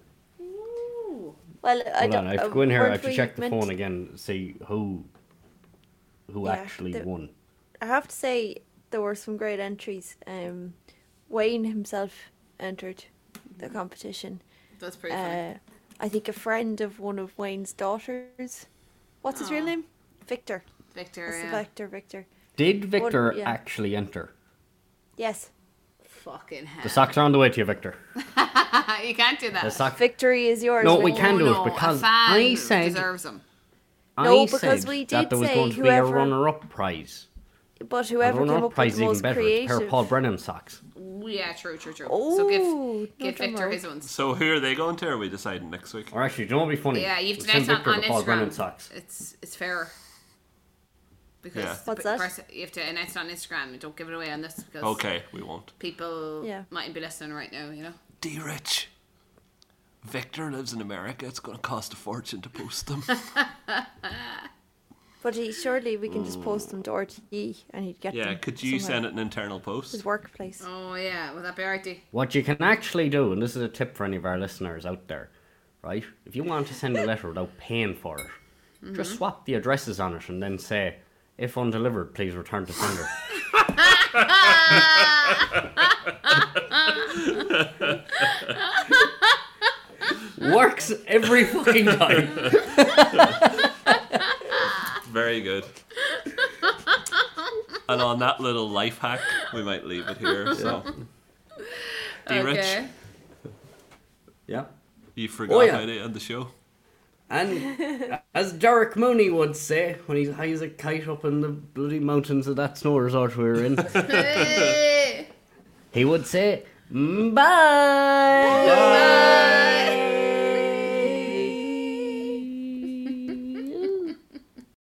Ooh.
Well, I
Hold
don't
on, I have to
uh,
go in here. I
weren't
have to
we
check the
meant-
phone again. See who who
Yeah,
actually
the-
won.
I have to say, there were some great entries. Um, Wayne himself entered the competition.
That's pretty funny.
Uh, I think a friend of one of Wayne's daughters. What's his real
Aw.
name? Victor.
Victor,
That's the
yeah.
Victor, Victor.
Did Victor
yeah.
actually enter?
Yes.
Fucking hell.
The socks are on the way to you, Victor.
[laughs] you can't do
Ah,
that. Oh,
The socks.
Victory is yours.
No,
Wayne.
we can't do it
no,
because
a fan
I said-
deserves them.
No,
I
because
said
we did
that there was
say
going to
whoever-
be a runner-up prize.
But
A
whoever came
runner-up
up with
prize
the
even
most
better. It's a pair
creative.
of Paul Brennan socks.
Ooh, Yeah, true, true, true. so
Oh,
give, give
no
Victor
drama.
his ones.
So who are they going to? Are we deciding next week?
Or actually, do you know what would be funny?
Yeah, you have
We'll
to
send
vote on,
Victor
on
the Paul Brennan
Instagram.
socks.
It's it's fair. Because
Yeah.
the
What's
p-
that?
person- you have to announce it on Instagram and don't give it away on this because
Okay, we won't.
people
Yeah.
mightn't be listening right now, you know?
D Rich. Victor lives in America. It's going to cost a fortune to post
[laughs]
them.
But he, surely we can just post them to RTE and he'd get them.
yeah, could you
somehow.
send it an internal
His
post?
workplace.
Oh yeah, would that be alright? Dee?
What you can actually do, and this is a tip for any of our listeners out there, right? If you want to send a letter without paying for it, just swap the addresses on it and then say, if undelivered, please return to sender. Works every fucking time.
Very good. and on that little life hack, we might leave it here. So, D Rich,
Okay.
[laughs]
Yeah.
you forgot
Oh, yeah.
how to end the show.
And as Derek Mooney would say, when he's high as a kite up in the bloody mountains of that snow resort we were in,
Hey!
[laughs] he would say, "Mm, Bye!